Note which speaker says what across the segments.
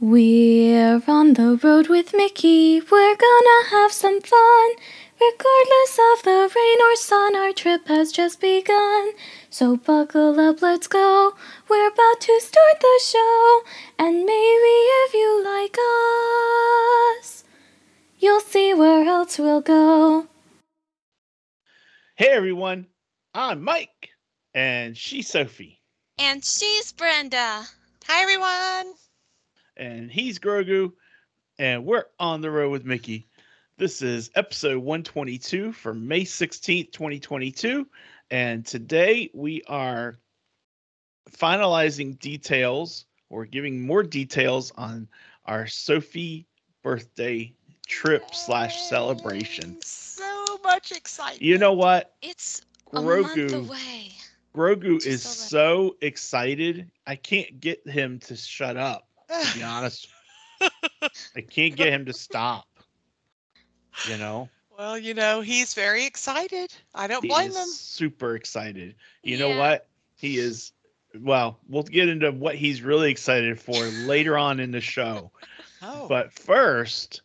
Speaker 1: We're on the road with Mickey. We're gonna have some fun. Regardless of the rain or sun, our trip has just begun. So buckle up, let's go. We're about to start the show. And maybe if you like us, you'll see where else we'll go.
Speaker 2: Hey everyone, I'm Mike and she's Sophie
Speaker 3: And she's Brenda.
Speaker 4: Hi, everyone.
Speaker 2: and he's Grogu and we're on the road with Mickey. This is episode 122 for May 16th, 2022. And today we are finalizing details or giving more details on our Sophie birthday trip slash celebration.
Speaker 4: So much excitement.
Speaker 2: You know what?
Speaker 3: It's a month
Speaker 2: Grogu
Speaker 3: away.
Speaker 2: Grogu
Speaker 3: Just
Speaker 2: is
Speaker 3: so
Speaker 2: so excited. I can't get him to shut up. to be honest. I can't get him to stop. You know,
Speaker 4: well, you know, he's very excited. I don't
Speaker 2: he
Speaker 4: blame
Speaker 2: is
Speaker 4: him.
Speaker 2: super excited. You know
Speaker 3: Yeah.
Speaker 2: what? He is. Well, we'll get into what he's really excited for later on in the show.
Speaker 4: Oh,
Speaker 2: But first,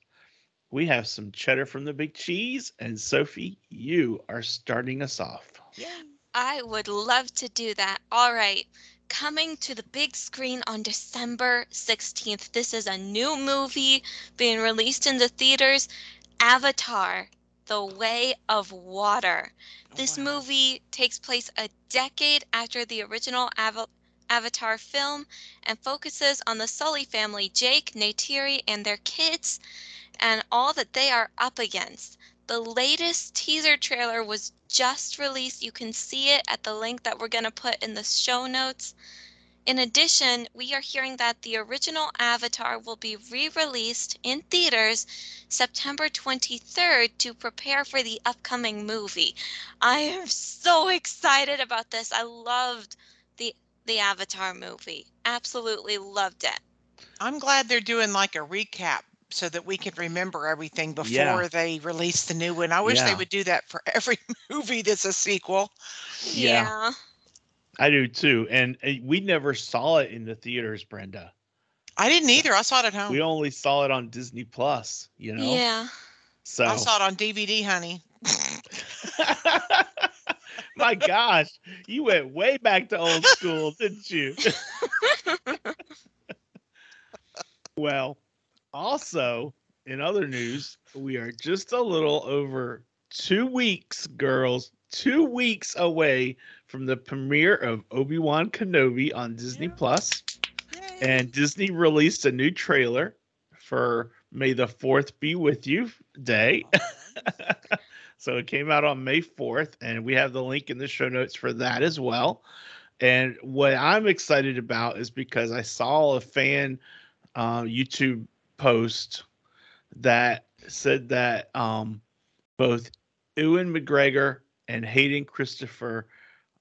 Speaker 2: we have some cheddar from the big cheese, and Sophie, you are starting us off.
Speaker 4: yeah.
Speaker 3: I would love to do that. All right. Coming to the big screen on December 16th. This is a new movie being released in the theaters Avatar, The Way of Water. This
Speaker 4: Oh Wow.
Speaker 3: movie takes place a decade after the original Ava- Avatar film and focuses on the Sully family, Jake, Neytiri, and their kids, and all that they are up against. The latest teaser trailer was just released. You can see it at the link that we're going to put in the show notes. In addition, we are hearing that the original Avatar will be re released in theaters September 23rd to prepare for the upcoming movie. I am so excited about this. I loved the the Avatar movie. Absolutely loved it.
Speaker 4: I'm glad they're doing like a recap so that we can remember everything before
Speaker 2: Yeah.
Speaker 4: they release the new one. I wish
Speaker 2: Yeah.
Speaker 4: they would do that for every movie that's a sequel.
Speaker 2: Yeah. I do too. And uh, we never saw it in the theaters, Brenda.
Speaker 4: I didn't either. I saw it at home.
Speaker 2: We only saw it on Disney Plus, you
Speaker 3: Yeah.
Speaker 2: know?
Speaker 3: Yeah.
Speaker 2: So
Speaker 4: I saw it on DVD, honey.
Speaker 2: My gosh, you went way back to old school, didn't you? well, also, in other news, we are just a little over two weeks, girls, two weeks away from the premiere of Obi Wan Kenobi on Disney
Speaker 4: Yeah.
Speaker 2: Plus
Speaker 4: Yay.
Speaker 2: and Disney released a new trailer for May the 4th be with you day. so it came out on May 4th, and we have the link in the show notes for that as well. And what I'm excited about is because I saw a fan uh, YouTube post that said that um, both Ewan McGregor and Hayden Christopher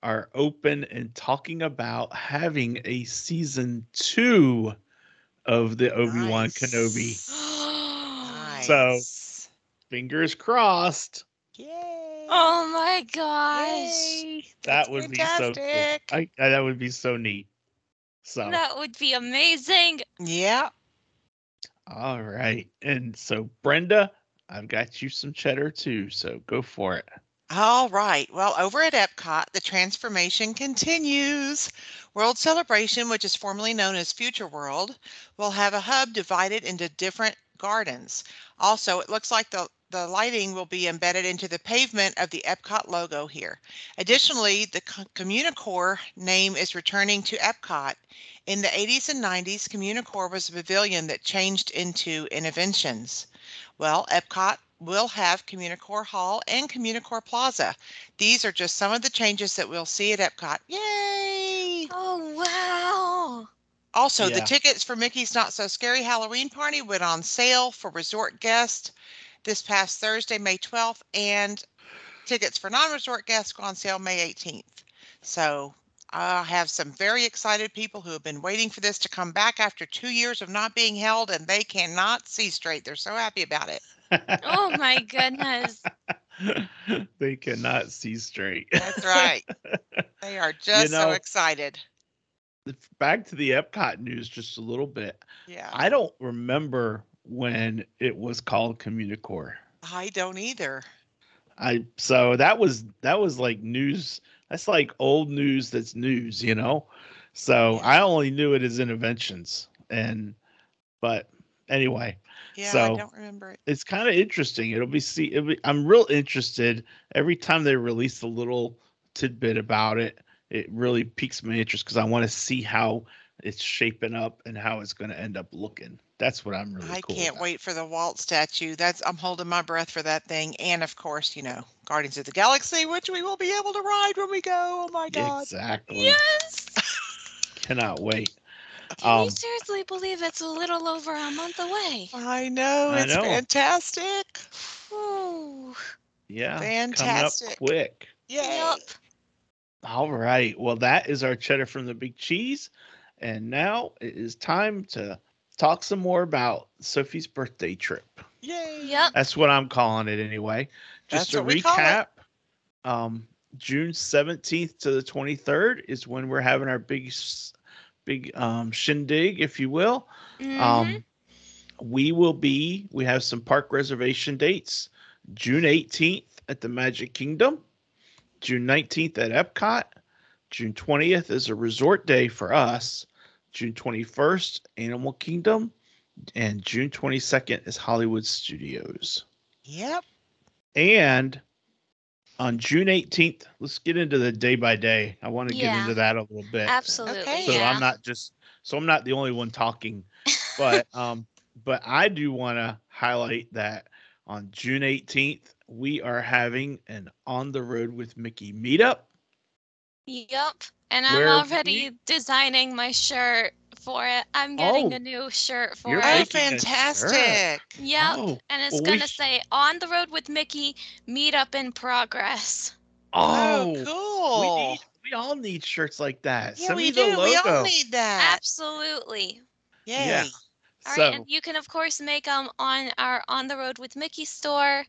Speaker 2: are open and talking about having a season two of the Obi Wan
Speaker 4: Nice.
Speaker 2: Kenobi. So-
Speaker 4: Nice.
Speaker 2: Fingers crossed.
Speaker 4: Yay.
Speaker 3: oh my gosh.
Speaker 4: Yay.
Speaker 2: That
Speaker 4: That's
Speaker 2: would be so. Cool.
Speaker 4: fantastic.
Speaker 2: I, I- that would be so neat. So
Speaker 3: That would be amazing.
Speaker 4: Yeah.
Speaker 2: all right, and so Brenda, I've got you some cheddar too. So go for it.
Speaker 4: All right. Well, over at Epcot, the transformation continues. World Celebration, which is formerly known as Future World, will have a hub divided into different gardens. Also, it looks like the the lighting will be embedded into the pavement of the Epcot logo here. Additionally, the Co- Communicore name is returning to Epcot. In the 80s and 90s, Communicore was a pavilion that changed into Interventions. Well, Epcot will have Communicore Hall and Communicore Plaza. These are just some of the changes that we'll see at Epcot. Yay!
Speaker 3: Oh wow.
Speaker 4: Also, the
Speaker 2: Yeah.
Speaker 4: tickets for Mickey's Not So Scary Halloween Party went on sale for resort guests this past Thursday, May 12th, and tickets for non resort guests go on sale May 18th. So, I have some very excited people who have been waiting for this to come back after two years of not being held, and they cannot see straight. They're so happy about it.
Speaker 3: Oh my goodness.
Speaker 2: they cannot see straight.
Speaker 4: That's right. they are just so
Speaker 2: know-
Speaker 4: excited.
Speaker 2: back to the Epcot news just a little bit.
Speaker 4: Yeah.
Speaker 2: I don't remember when it was called Communicore.
Speaker 4: I don't either.
Speaker 2: I so that was that was like news. That's like old news. That's news, you know. So I only knew it as interventions, and but anyway,
Speaker 4: Yeah, I
Speaker 2: So-
Speaker 4: don't remember it.
Speaker 2: it's kind of interesting. It'll be see. It'll be, I'm real interested every time they release a little tidbit about it. It really piques my interest because I want to see how it's shaping up and how it's going to end up looking. That's what I'm really.
Speaker 4: I
Speaker 2: cool
Speaker 4: can't
Speaker 2: about.
Speaker 4: wait for the Walt statue. That's I'm holding my breath for that thing. And of course, you know, Guardians of the Galaxy, which we will be able to ride when we go. Oh my god.
Speaker 2: Exactly.
Speaker 3: Yes.
Speaker 2: Cannot wait.
Speaker 3: Can
Speaker 2: Um,
Speaker 3: you seriously believe it's a little over a month away?
Speaker 4: I know,
Speaker 2: I
Speaker 4: it's
Speaker 2: know.
Speaker 4: fantastic.
Speaker 3: Ooh.
Speaker 2: Yeah. Uh, Coming
Speaker 4: Fantastic.
Speaker 2: up quick.
Speaker 4: Yay.
Speaker 3: Yup.
Speaker 2: All right. Well, that is our cheddar from the big cheese. And now it is time to talk some more about Sophie's birthday trip.
Speaker 4: Yay.
Speaker 3: Yup.
Speaker 2: That's what I'm calling it anyway. Just
Speaker 4: That's
Speaker 2: to
Speaker 4: what we call it.
Speaker 2: recap, um, June 17th to the 23rd is when we're having our big, s- big um, shindig, if you will.
Speaker 3: Mhm.
Speaker 2: Um, we will be, we have some park reservation dates June 18th at the Magic Kingdom, June 19th at Epcot, June 20th is a resort day for us, June 21st, Animal Kingdom, and June 22nd is Hollywood Studios.
Speaker 4: Yep.
Speaker 2: And on June 18th, let's get into the day by day. I want to get
Speaker 3: Yeah.
Speaker 2: into that a little bit
Speaker 3: Absolutely.
Speaker 4: Okay.
Speaker 2: so
Speaker 3: yeah.
Speaker 2: I'm not just so I'm not the only one talking, but um, but I do want to highlight that on June 18th we are having an on the road with Mickey meetup.
Speaker 3: Yup. And I'm
Speaker 2: Where
Speaker 3: already designing my shirt for it. I'm getting
Speaker 2: Oh,
Speaker 3: a new shirt for
Speaker 2: you're
Speaker 3: it.
Speaker 4: Oh,
Speaker 2: making a shirt.
Speaker 4: fantastic.
Speaker 3: Yep.
Speaker 2: Oh,
Speaker 3: and it's
Speaker 2: well, we
Speaker 3: going to
Speaker 2: sh-
Speaker 3: say on the road with Mickey, meet up in progress.
Speaker 2: oh,
Speaker 4: cool.
Speaker 2: we need we all need shirts like that.
Speaker 4: yeah,
Speaker 2: Send
Speaker 4: we
Speaker 2: me
Speaker 4: do.
Speaker 2: the
Speaker 4: We all
Speaker 2: logo.
Speaker 4: need that.
Speaker 3: Absolutely.
Speaker 4: Yay.
Speaker 2: Yeah.
Speaker 3: All right,
Speaker 2: so
Speaker 3: and you can of course make them on our on the road with Mickey store.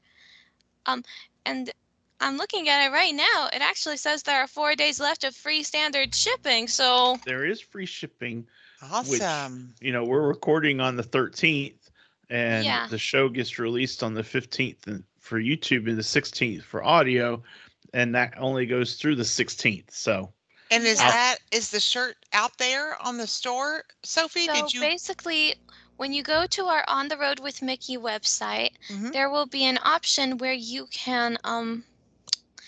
Speaker 3: Um, and I'm looking at it right now. It actually says there are four days left of free standard shipping. So
Speaker 2: there is free shipping.
Speaker 4: Awesome.
Speaker 2: You know, we're recording on the 13th, and
Speaker 3: Yeah.
Speaker 2: the show gets released on the 15th and for YouTube and the 16th for audio, and that only goes through the 16th. So
Speaker 4: And is
Speaker 3: Yeah.
Speaker 4: that is the shirt out there on the store? Sophie,
Speaker 3: so
Speaker 4: did you
Speaker 3: basically, when you go to our on the road with Mickey website,
Speaker 4: Mhm.
Speaker 3: there will be an option where you can um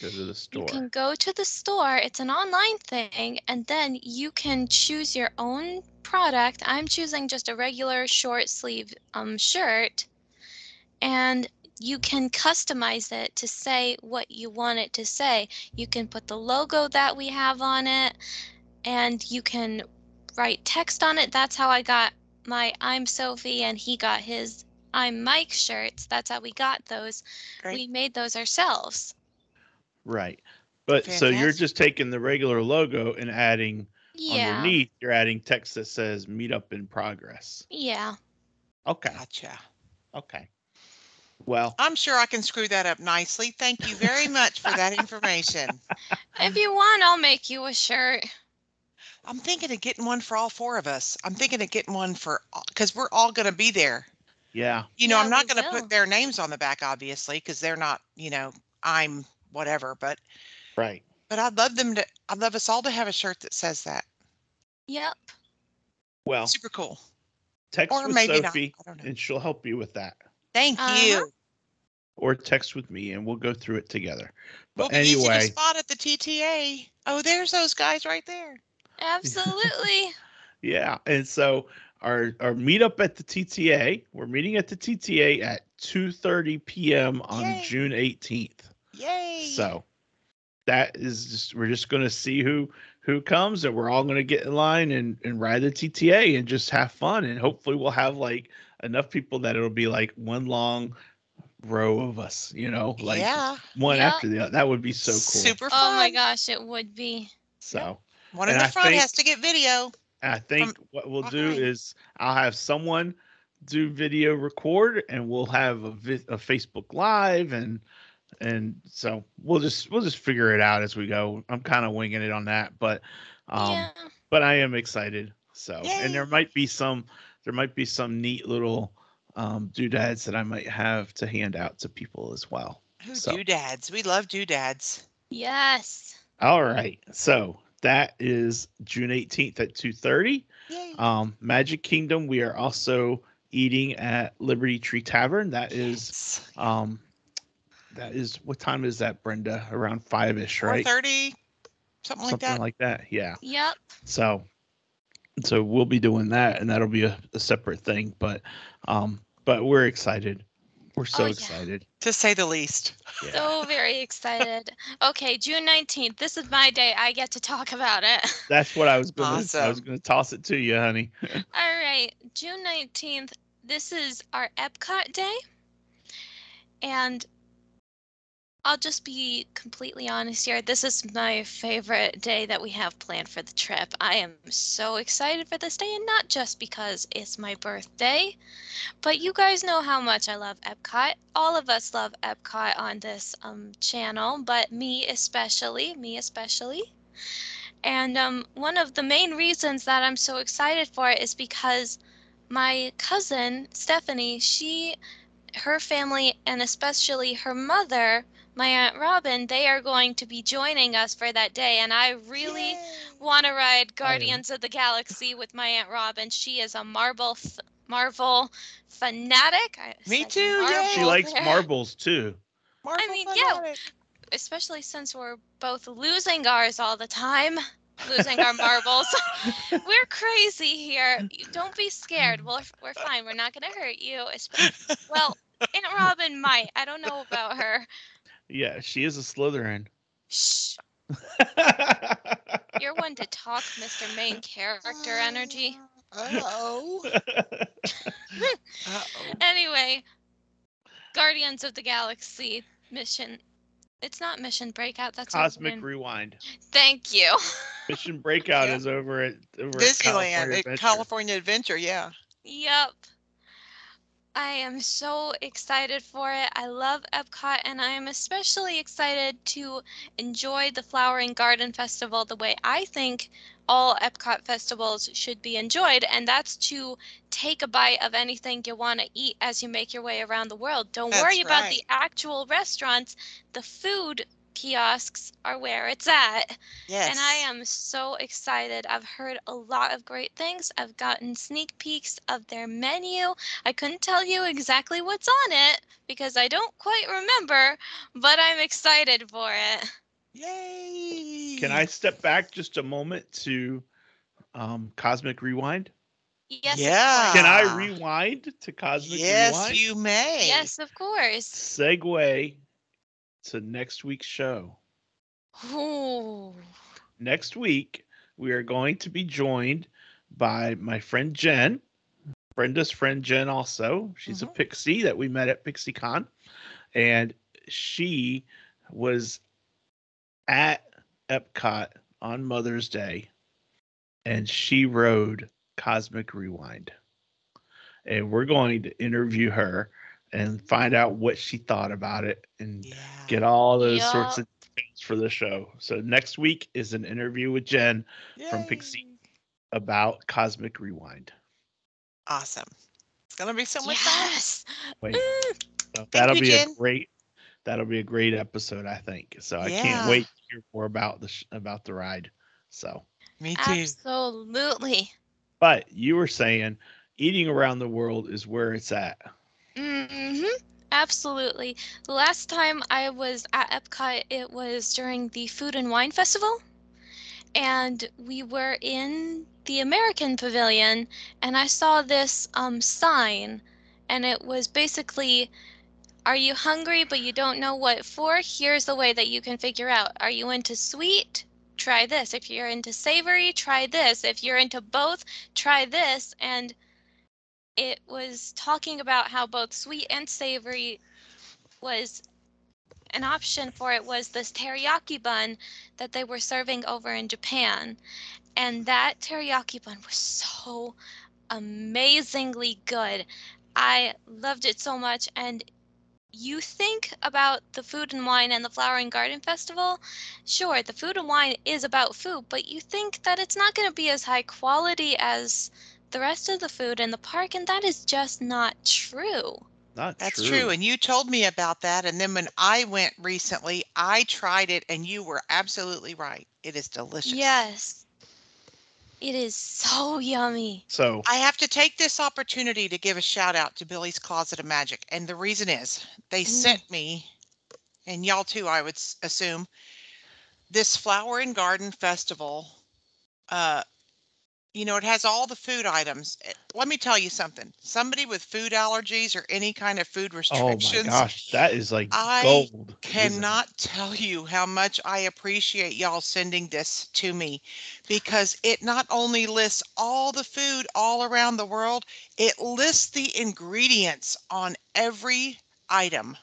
Speaker 2: go to the
Speaker 3: you
Speaker 2: store.
Speaker 3: can go to the store. It's an online thing, and then you can choose your own product. I'm choosing just a regular short sleeve um, shirt, and you can customize it to say what you want it to say. You can put the logo that we have on it, and you can write text on it. That's how I got my I'm Sophie, and he got his I'm Mike shirts. That's how we got those.
Speaker 4: Great.
Speaker 3: We made those ourselves.
Speaker 2: Right. But so you're
Speaker 4: Fantastic.
Speaker 2: just taking the regular logo and adding
Speaker 3: Yeah.
Speaker 2: underneath, you're adding text that says meetup in progress.
Speaker 3: Yeah.
Speaker 2: Okay.
Speaker 4: Gotcha.
Speaker 2: Okay. Well,
Speaker 4: I'm sure I can screw that up nicely. Thank you very much for that information.
Speaker 3: If you want, I'll make you a shirt.
Speaker 4: I'm thinking of getting one for all four of us. I'm thinking of getting one for because we're all going to be there.
Speaker 2: yeah.
Speaker 4: You know,
Speaker 3: Yeah,
Speaker 4: I'm not
Speaker 3: we
Speaker 4: going to
Speaker 3: will.
Speaker 4: put their names on the back, obviously, because they're not. You know, I'm whatever. But
Speaker 2: Right.
Speaker 4: but I'd love them to. I'd love us all to have a shirt that says that.
Speaker 3: Yep.
Speaker 2: Well,
Speaker 4: Super cool.
Speaker 2: text
Speaker 4: Or
Speaker 2: with
Speaker 4: maybe
Speaker 2: Sophie
Speaker 4: not. I don't know.
Speaker 2: and she'll help you with that.
Speaker 4: Thank
Speaker 3: Uh-huh.
Speaker 4: you.
Speaker 2: Or text with me and we'll go through it together.
Speaker 4: We'll
Speaker 2: But
Speaker 4: be each in a
Speaker 2: anyway,
Speaker 4: spot at the TTA. Oh, there's those guys right there.
Speaker 3: Absolutely.
Speaker 2: yeah. And so our our meetup at the TTA, we're meeting at the TTA at 2:30 p.m. on
Speaker 4: Yay.
Speaker 2: June 18th.
Speaker 4: Yay!
Speaker 2: So that is just we're just gonna see who who comes and we're all gonna get in line and and ride the TTA and just have fun and hopefully we'll have like enough people that it'll be like one long row of us, you know, like
Speaker 4: yeah,
Speaker 2: one
Speaker 3: Yeah.
Speaker 2: after the other. That would be so cool.
Speaker 4: super fun.
Speaker 3: oh my gosh, it would be.
Speaker 2: so
Speaker 4: One in
Speaker 2: And
Speaker 4: the
Speaker 2: I
Speaker 4: front
Speaker 2: think-
Speaker 4: has to get video.
Speaker 2: I think what we'll do
Speaker 4: behind.
Speaker 2: is I'll have someone do video record and we'll have a, vi- a Facebook live and and so we'll just we'll just figure it out as we go. I'm kind of winging it on that, but um
Speaker 3: yeah.
Speaker 2: but I am excited. So,
Speaker 4: Yay.
Speaker 2: and there might be some, there might be some neat little um, doodads that I might have to hand out to people as well.
Speaker 4: Who
Speaker 2: So-
Speaker 4: doodads? We love doodads.
Speaker 3: Yes.
Speaker 2: All right, so that is June eighteenth at two thirty.
Speaker 4: Yay.
Speaker 2: Um, Magic Kingdom. We are also eating at Liberty Tree Tavern. That is,
Speaker 4: Yes.
Speaker 2: um, that is what time is that, Brenda? Around five ish, right?
Speaker 4: 4:30, something like
Speaker 2: Something
Speaker 4: that.
Speaker 2: like that. Yeah.
Speaker 3: Yep.
Speaker 2: So, so we'll be doing that, and that'll be a, a separate thing. But, um, but we're excited. We're so
Speaker 3: Oh, yeah.
Speaker 2: excited.
Speaker 4: to say the least.
Speaker 2: Yeah.
Speaker 3: So very excited. Okay, June 19th. This is my day. I get to talk about it.
Speaker 2: That's what I was gonna. I was
Speaker 4: Awesome.
Speaker 2: gonna toss it to you, honey.
Speaker 3: All right, June 19th. This is our Epcot day. And I'll just be completely honest here. This is my favorite day that we have planned for the trip. I am so excited for this day, and not just because it's my birthday, but you guys know how much I love Epcot. All of us love Epcot on this um, channel, but me especially. Me especially. And um, one of the main reasons that I'm so excited for it is because my cousin Stephanie, she, her family, and especially her mother, my aunt Robin, they are going to be joining us for that day, and I really want to ride Guardians of the Galaxy with my aunt Robin. She is a Marvel f- Marvel fanatic. I
Speaker 4: Me
Speaker 3: said
Speaker 4: too, yay.
Speaker 2: She
Speaker 4: Well,
Speaker 2: likes
Speaker 3: there.
Speaker 2: marbles too.
Speaker 4: Marvel
Speaker 3: mean, yeah.
Speaker 4: fanatic.
Speaker 3: especially since we're both losing ours all the time, losing our marbles. we're crazy here. You- Don't be scared. We're, we're fine. We're not going to hurt you. Espe- Well, Aunt Robin might. I don't know about her.
Speaker 2: Yeah, she is a Slytherin.
Speaker 3: Shh. You're one to talk, Mr. Main Character Energy.
Speaker 4: Uh-oh. Uh-oh.
Speaker 3: Anyway, Guardians of the Galaxy mission. It's not Mission Breakout. That's not the
Speaker 2: Cosmic
Speaker 3: name.
Speaker 2: Rewind.
Speaker 3: Thank you.
Speaker 2: Mission Breakout
Speaker 4: Yeah.
Speaker 2: is over at over
Speaker 4: Disneyland, eh,
Speaker 2: At California
Speaker 4: California,
Speaker 2: Adventure.
Speaker 4: California Adventure, yeah.
Speaker 3: Yep. I am so excited for it. I love Epcot and I am especially excited to enjoy the Flowering Garden Festival the way I think all Epcot festivals should be enjoyed, and that's to take a bite of anything you want to eat as you make your way around the world. Don't
Speaker 4: That's
Speaker 3: worry about the
Speaker 4: right.
Speaker 3: actual restaurants, the food kiosks are where it's at.
Speaker 4: Yes.
Speaker 3: And I am so excited. I've heard a lot of great things. I've gotten sneak peeks of their menu. I couldn't tell you exactly what's on it because I don't quite remember, but I'm excited for it.
Speaker 4: Yay.
Speaker 2: Can I step back just a moment to um, Cosmic Rewind?
Speaker 3: Yes.
Speaker 4: Yeah.
Speaker 3: Of
Speaker 2: Can
Speaker 3: course.
Speaker 2: I
Speaker 4: Ah.
Speaker 2: rewind to Cosmic
Speaker 4: Yes,
Speaker 2: Rewind?
Speaker 4: you may.
Speaker 3: Yes, of course.
Speaker 2: segue to next week's show.
Speaker 3: Ooh.
Speaker 2: Next week, we are going to be joined by my friend Jen, Brenda's friend Jen, also. She's a
Speaker 4: Mhm.
Speaker 2: pixie that we met at PixieCon, and she was at Epcot on Mother's Day, and she rode Cosmic Rewind. And we're going to interview her and find out what she thought about it and
Speaker 4: Yeah.
Speaker 2: get all those sorts
Speaker 3: Yup.
Speaker 2: of things for the show. So next week is an interview with Jen from
Speaker 4: Yay.
Speaker 2: Pixie. about Cosmic Rewind.
Speaker 4: Awesome. It's going to be so much fun.
Speaker 3: Yes.
Speaker 2: Wait,
Speaker 3: Mm,
Speaker 2: so that'll
Speaker 4: you,
Speaker 2: be
Speaker 4: Jen.
Speaker 2: a great that'll be a great episode, I think. So I
Speaker 4: Yeah.
Speaker 2: can't wait to hear more about the sh- about the ride. So,
Speaker 4: Me too.
Speaker 3: absolutely.
Speaker 2: but you were saying eating around the world is where it's at.
Speaker 3: hmm Absolutely. The last time I was at Epcot, it was during the Food and Wine Festival, and we were in the American Pavilion, and I saw this um, sign, and it was basically, "Are you hungry but you don't know what for? Here's the way that you can figure out. Are you into sweet? Try this. If you're into savory, try this. If you're into both, try this." And it was talking about how both sweet and savory was an option for it was this teriyaki bun that they were serving over in Japan. And that teriyaki bun was so amazingly good. I loved it so much and you think about the Food and Wine and the Flower and Garden Festival, sure, the Food and Wine is about food, but you think that it's not going to be as high quality as the rest of the food in the park, and that is just not true.
Speaker 2: Not
Speaker 4: That's true. And you told me about that. And then when I went recently, I tried it and you were absolutely right. It is delicious.
Speaker 3: Yes. It is so yummy.
Speaker 2: so
Speaker 4: I have to take this opportunity to give a shout out to Billy's Closet of Magic. And the reason is they
Speaker 3: Mm.
Speaker 4: sent me, and y'all too, I would s- assume, this Flower and Garden Festival. Uh, you know, it has all the food items. Eh, Let me tell you something somebody with food allergies or any kind of food
Speaker 2: oh
Speaker 4: restrictions
Speaker 2: my gosh, that is like
Speaker 4: I
Speaker 2: gold. isn't it?
Speaker 4: cannot tell you how much I appreciate y'all sending this to me because it not only lists all the food all around the world, it lists the ingredients on every item.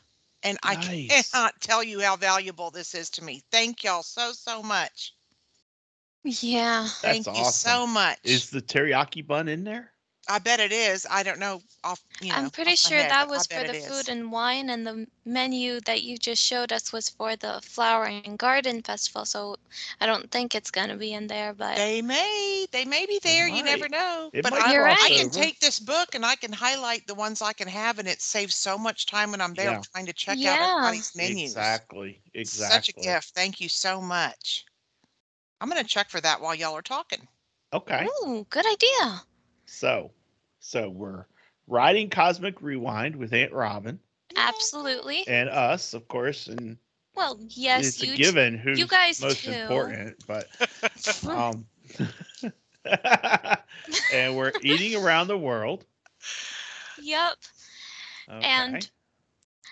Speaker 4: And I
Speaker 2: Nice.
Speaker 4: cannot tell you how valuable this is to me. Thank y'all so, so much.
Speaker 3: Yeah.
Speaker 2: That's
Speaker 4: Thank
Speaker 2: awesome.
Speaker 4: you so much.
Speaker 2: Is the teriyaki bun in there?
Speaker 4: I bet it is. I don't know. Off, you know
Speaker 3: I'm pretty
Speaker 4: off my
Speaker 3: sure
Speaker 4: head,
Speaker 3: that
Speaker 4: but I
Speaker 3: was for
Speaker 4: bet
Speaker 3: the
Speaker 4: it is.
Speaker 3: food and wine, and the menu that you just showed us was for the Flower and Garden Festival. So I don't think it's going to be in there, but
Speaker 4: They may, they may be there. You never
Speaker 2: might.
Speaker 4: know.
Speaker 2: It
Speaker 4: but
Speaker 2: might
Speaker 4: I,
Speaker 3: You're
Speaker 2: cross
Speaker 4: I
Speaker 3: right.
Speaker 4: can
Speaker 2: over.
Speaker 4: take this book and I can highlight the ones I can have, and it saves so much time when I'm there
Speaker 2: Yeah.
Speaker 4: trying to check out
Speaker 3: Yeah.
Speaker 4: everybody's menus.
Speaker 2: Exactly.
Speaker 4: Such a
Speaker 2: Exactly.
Speaker 4: gift. Thank you so much. I'm gonna check for that while y'all are talking.
Speaker 2: Okay.
Speaker 3: ooh, good idea.
Speaker 2: So, so we're riding Cosmic Rewind with Aunt Robin
Speaker 3: Absolutely.
Speaker 2: and us, of course, and
Speaker 3: Well, yes,
Speaker 2: it's
Speaker 3: you
Speaker 2: a
Speaker 3: t-
Speaker 2: given who's
Speaker 3: you guys
Speaker 2: most
Speaker 3: too.
Speaker 2: important, but um, and we're eating around the world.
Speaker 3: Yep.
Speaker 2: Okay.
Speaker 3: And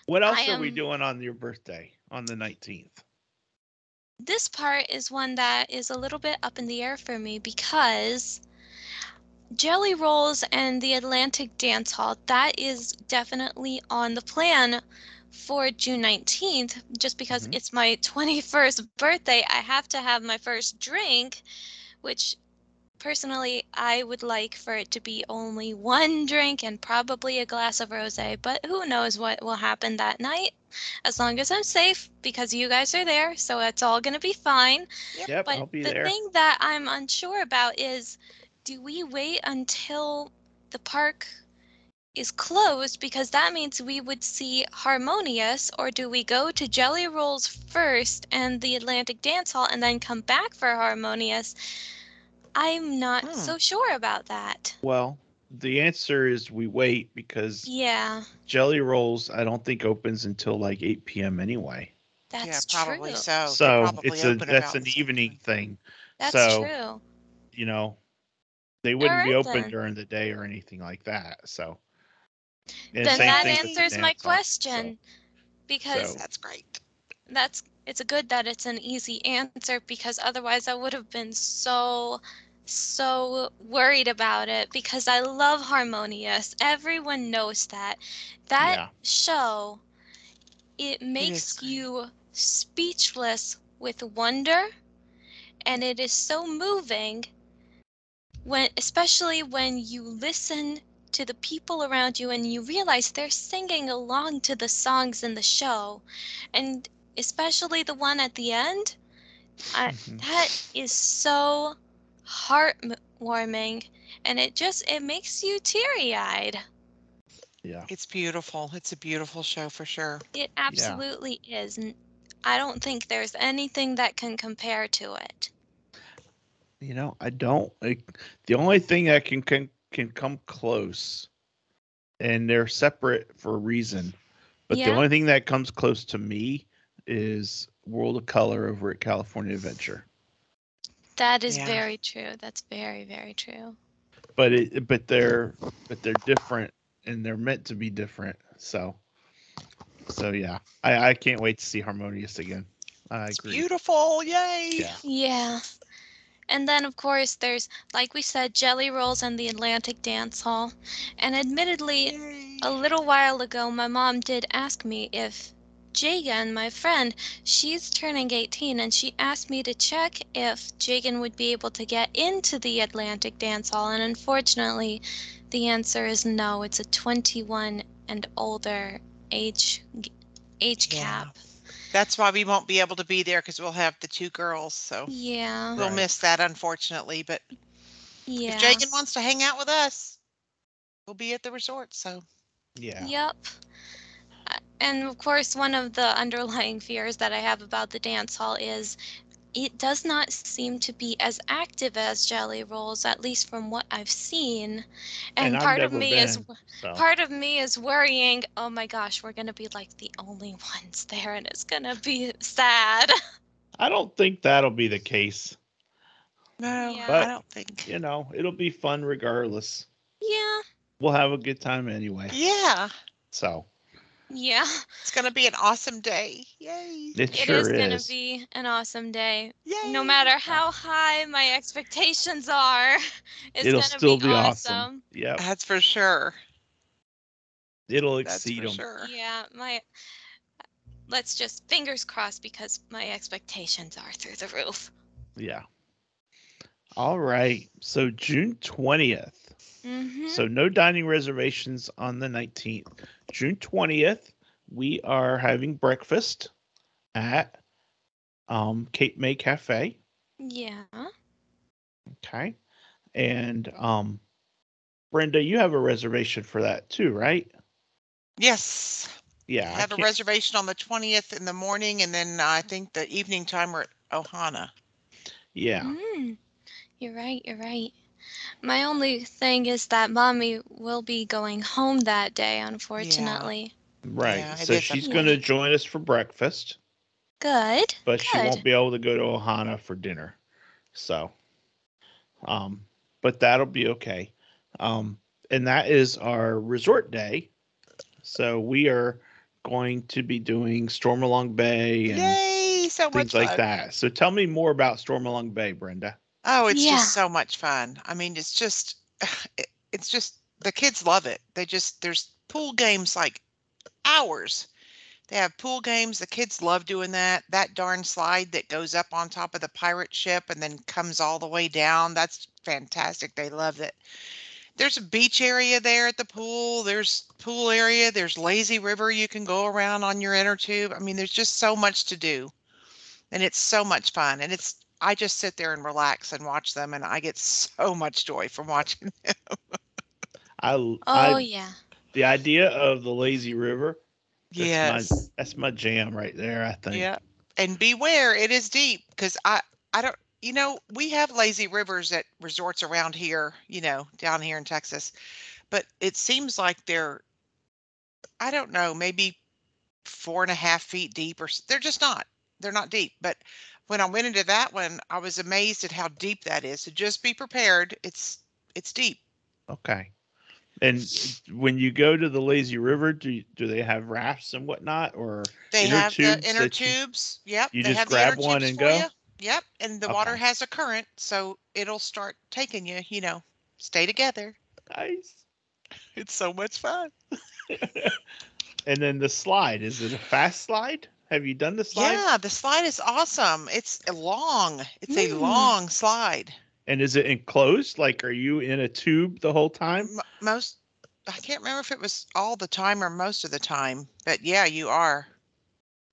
Speaker 2: what else
Speaker 3: I
Speaker 2: are we
Speaker 3: am-
Speaker 2: doing on your birthday on the 19th?
Speaker 3: This part is one that is a little bit up in the air for me because Jelly Rolls and the Atlantic Dance Hall, that is definitely on the plan for June 19th. Just because
Speaker 2: Mhm.
Speaker 3: it's my 21st birthday, I have to have my first drink, which personally I would like for it to be only one drink and probably a glass of rose, but who knows what will happen that night. As long as I'm safe, because you guys are there, so it's all going to be fine.
Speaker 2: Yep,
Speaker 3: But
Speaker 2: I'll be
Speaker 3: the
Speaker 2: there.
Speaker 3: thing that I'm unsure about is do we wait until the park is closed because that means we would see Harmonious or do we go to Jelly Rolls first and the Atlantic Dance Hall and then come back for Harmonious? I'm not
Speaker 4: Hmm.
Speaker 3: so sure about that.
Speaker 2: Well, the answer is we wait because
Speaker 3: Yeah,
Speaker 2: Jelly Rolls I don't think opens until like 8 p.m. anyway.
Speaker 3: that's
Speaker 4: yeah, probably
Speaker 3: true.
Speaker 4: so. Oh, They
Speaker 2: so
Speaker 4: probably
Speaker 2: it's a
Speaker 4: open
Speaker 2: that's
Speaker 4: about
Speaker 2: an
Speaker 4: the same
Speaker 2: evening
Speaker 4: time.
Speaker 2: thing.
Speaker 3: That's
Speaker 2: so-
Speaker 3: true.
Speaker 2: You know, they wouldn't be
Speaker 3: right
Speaker 2: open
Speaker 3: then.
Speaker 2: during the day or anything like that. So and
Speaker 3: Then
Speaker 2: same
Speaker 3: that
Speaker 2: thing with the
Speaker 3: answers my
Speaker 2: dance hall,
Speaker 3: question because
Speaker 2: So-
Speaker 4: That's great.
Speaker 3: that's it's good that it's an easy answer because otherwise I would have been so so worried about it because I love Harmonious. Everyone knows that. That
Speaker 2: Yeah.
Speaker 3: show it
Speaker 4: is
Speaker 3: makes
Speaker 4: great.
Speaker 3: you speechless with wonder and it is so moving when especially when you listen to the people around you and you realize they're singing along to the songs in the show and especially the one at the end I,
Speaker 2: Mhm.
Speaker 3: that is so heartwarming and it just it makes you teary-eyed
Speaker 2: Yeah.
Speaker 4: It's beautiful. It's a beautiful show for sure.
Speaker 3: it absolutely is and i don't think there's anything that can compare to it
Speaker 2: You know, I don't like the only thing that can can can come close and they're separate for a reason. But the
Speaker 3: Yeah.
Speaker 2: only thing that comes close to me is World of Color over at California Adventure.
Speaker 3: that is
Speaker 4: Yeah.
Speaker 3: very true that's very very true
Speaker 2: But it but they're but they're different and they're meant to be different. So so yeah. I, I can't wait to see Harmonious again. I
Speaker 4: It's
Speaker 2: agree.
Speaker 4: beautiful. Yay.
Speaker 2: Yeah.
Speaker 3: Yeah. And then, of course, there's, like we said, Jelly Rolls and the Atlantic Dance Hall. And admittedly,
Speaker 4: Yay.
Speaker 3: a little while ago, my mom did ask me if Jagan, my friend, she's turning 18, and she asked me to check if Jagan would be able to get into the Atlantic Dance Hall. And unfortunately, the answer is no. It's a 21 and older age g- age
Speaker 4: Yeah.
Speaker 3: cap.
Speaker 4: That's why we won't be able to be there because we'll have the two girls. So
Speaker 3: Yeah.
Speaker 4: we'll
Speaker 2: Right.
Speaker 4: miss that, unfortunately. But
Speaker 3: Yeah.
Speaker 4: if Jagan wants to hang out with us, we'll be at the resort. So
Speaker 2: Yeah.
Speaker 3: Yep. Uh, And of course, one of the underlying fears that I have about the dance hall is it does not seem to be as active as jelly rolls, at least from what I've seen. And,
Speaker 2: And I've
Speaker 3: part of
Speaker 2: never
Speaker 3: me is
Speaker 2: been, So.
Speaker 3: part of me is worrying. Oh my gosh, we're gonna be like the only ones there, and it's gonna be sad.
Speaker 2: I don't think that'll be the case.
Speaker 4: no,
Speaker 3: Yeah.
Speaker 4: I
Speaker 2: But-
Speaker 4: don't think.
Speaker 2: You know, it'll be fun regardless.
Speaker 3: yeah.
Speaker 2: We'll have a good time anyway.
Speaker 4: Yeah,
Speaker 2: So
Speaker 3: Yeah.
Speaker 4: it's gonna be an awesome day. Yay!
Speaker 2: it,
Speaker 3: It
Speaker 2: sure
Speaker 3: is gonna
Speaker 2: is.
Speaker 3: be an awesome day.
Speaker 4: Yay!
Speaker 3: No matter how high my expectations are, it's
Speaker 2: It'll
Speaker 3: gonna
Speaker 2: still
Speaker 3: be,
Speaker 2: be
Speaker 3: awesome.
Speaker 2: awesome. Yep.
Speaker 4: That's for sure.
Speaker 2: It'll
Speaker 4: That's
Speaker 2: exceed
Speaker 4: for
Speaker 2: them.
Speaker 4: sure.
Speaker 3: Yeah, my let's just fingers crossed because my expectations are through the roof.
Speaker 2: Yeah. All right. So June 20th.
Speaker 3: Mm-hmm.
Speaker 2: So no dining reservations on the 19th. June 20th, we are having breakfast at um, Cape May Cafe.
Speaker 3: yeah.
Speaker 2: Okay. And um, Brenda, you have a reservation for that too, right?
Speaker 4: Yes,
Speaker 2: Yeah. I
Speaker 4: have a
Speaker 2: can't-
Speaker 4: reservation on the twentieth in the morning, and then uh, I think the evening time we're at Ohana.
Speaker 2: yeah.
Speaker 3: Mm. You're right, you're right. My only thing is that mommy will be going home that day, unfortunately.
Speaker 2: Right.
Speaker 4: mm-hmm. Yeah, it
Speaker 2: so
Speaker 4: is
Speaker 2: she's
Speaker 3: up-
Speaker 2: going to join us for breakfast,
Speaker 3: Good.
Speaker 2: but she
Speaker 3: Good.
Speaker 2: won't be able to go to Ohana for dinner. So, um, but that'll be okay. Um, and that is our resort day. So we are going to be doing Storm Along Bay and
Speaker 4: Yay! So much
Speaker 2: things
Speaker 4: fun.
Speaker 2: like that. So tell me more about Storm Along Bay, Brenda.
Speaker 4: Oh, it's
Speaker 3: Yeah.
Speaker 4: just so much fun. I mean, it's just, it, it's just the kids love it. They just there's pool games like hours. They have pool games. The kids love doing that. That darn slide that goes up on top of the pirate ship and then comes all the way down. That's fantastic. They love it. There's a beach area there at the pool. There's pool area. There's lazy river you can go around on your inner tube. I mean, there's just so much to do. And it's so much fun. And it's I just sit there and relax and watch them and I get so much joy from watching.
Speaker 2: I,
Speaker 3: Oh
Speaker 2: I
Speaker 3: yeah.
Speaker 2: the idea of the lazy river. That's my,
Speaker 4: Yes.
Speaker 2: that's my jam right there. I think.
Speaker 4: Yeah. And beware, it is deep because I I don't you know, we have lazy rivers at resorts around here, you know, down here in Texas. But it seems like they're I don't know, maybe four and a half feet deep or s- they're just not. They're not deep. But when I went into that one, I was amazed at how deep that is. So just be prepared. It's it's deep.
Speaker 2: Okay. And when you go to the lazy river, do do they have rafts and whatnot, or
Speaker 4: They
Speaker 2: Inner
Speaker 4: have
Speaker 2: tubes
Speaker 4: the inner
Speaker 2: that you-
Speaker 4: tubes. Yep.
Speaker 2: you
Speaker 4: they
Speaker 2: just
Speaker 4: have
Speaker 2: grab
Speaker 4: the inner
Speaker 2: one
Speaker 4: tubes
Speaker 2: and
Speaker 4: for
Speaker 2: go?
Speaker 4: You. Yep. And the water
Speaker 2: Okay.
Speaker 4: has a current, so it'll start taking you, you know, stay together.
Speaker 2: nice?
Speaker 4: It's so much fun.
Speaker 2: And then the slide is it a fast slide? Have you done the slide?
Speaker 4: Yeah, the slide is awesome. It's a long. It's
Speaker 2: Hmm.
Speaker 4: a
Speaker 3: Mm.
Speaker 4: long slide.
Speaker 2: And is it enclosed? Like, are you in a tube the whole time?
Speaker 4: M- most I can't remember if it was all the time or most of the time, but yeah, you are.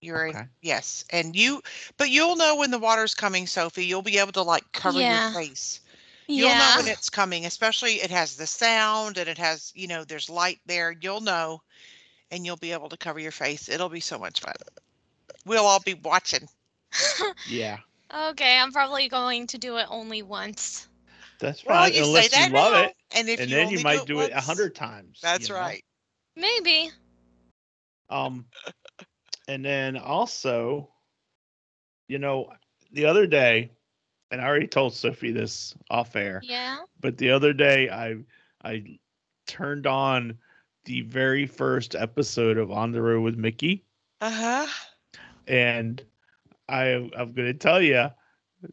Speaker 4: You're
Speaker 2: Okay.
Speaker 4: in, yes, and you, but you'll know when the water's coming, Sophie. You'll be able to like cover
Speaker 3: Yeah.
Speaker 4: your face. You'll know
Speaker 3: Yeah.
Speaker 4: when it's coming, especially it has the sound and it has, you know, there's light there. You'll know and you'll be able to cover your face. It'll be so much fun. We'll all be watching.
Speaker 2: Yeah,
Speaker 3: okay, I'm probably going to do it only once.
Speaker 2: that's fine.
Speaker 4: Well, you
Speaker 2: Unless
Speaker 4: say that
Speaker 2: you love
Speaker 4: now,
Speaker 2: it,
Speaker 4: and if
Speaker 2: and
Speaker 4: you
Speaker 2: then
Speaker 4: only
Speaker 2: you might do it a
Speaker 4: once,
Speaker 2: hundred times.
Speaker 4: That's
Speaker 2: you know?
Speaker 4: right.
Speaker 3: Maybe.
Speaker 2: Um, and then also, you know, the other day, and I already told Sophie this off air,
Speaker 3: Yeah.
Speaker 2: but the other day I I turned on the very first episode of On the Road with Mickey,
Speaker 4: Uh huh.
Speaker 2: and I I'm gonna tell you,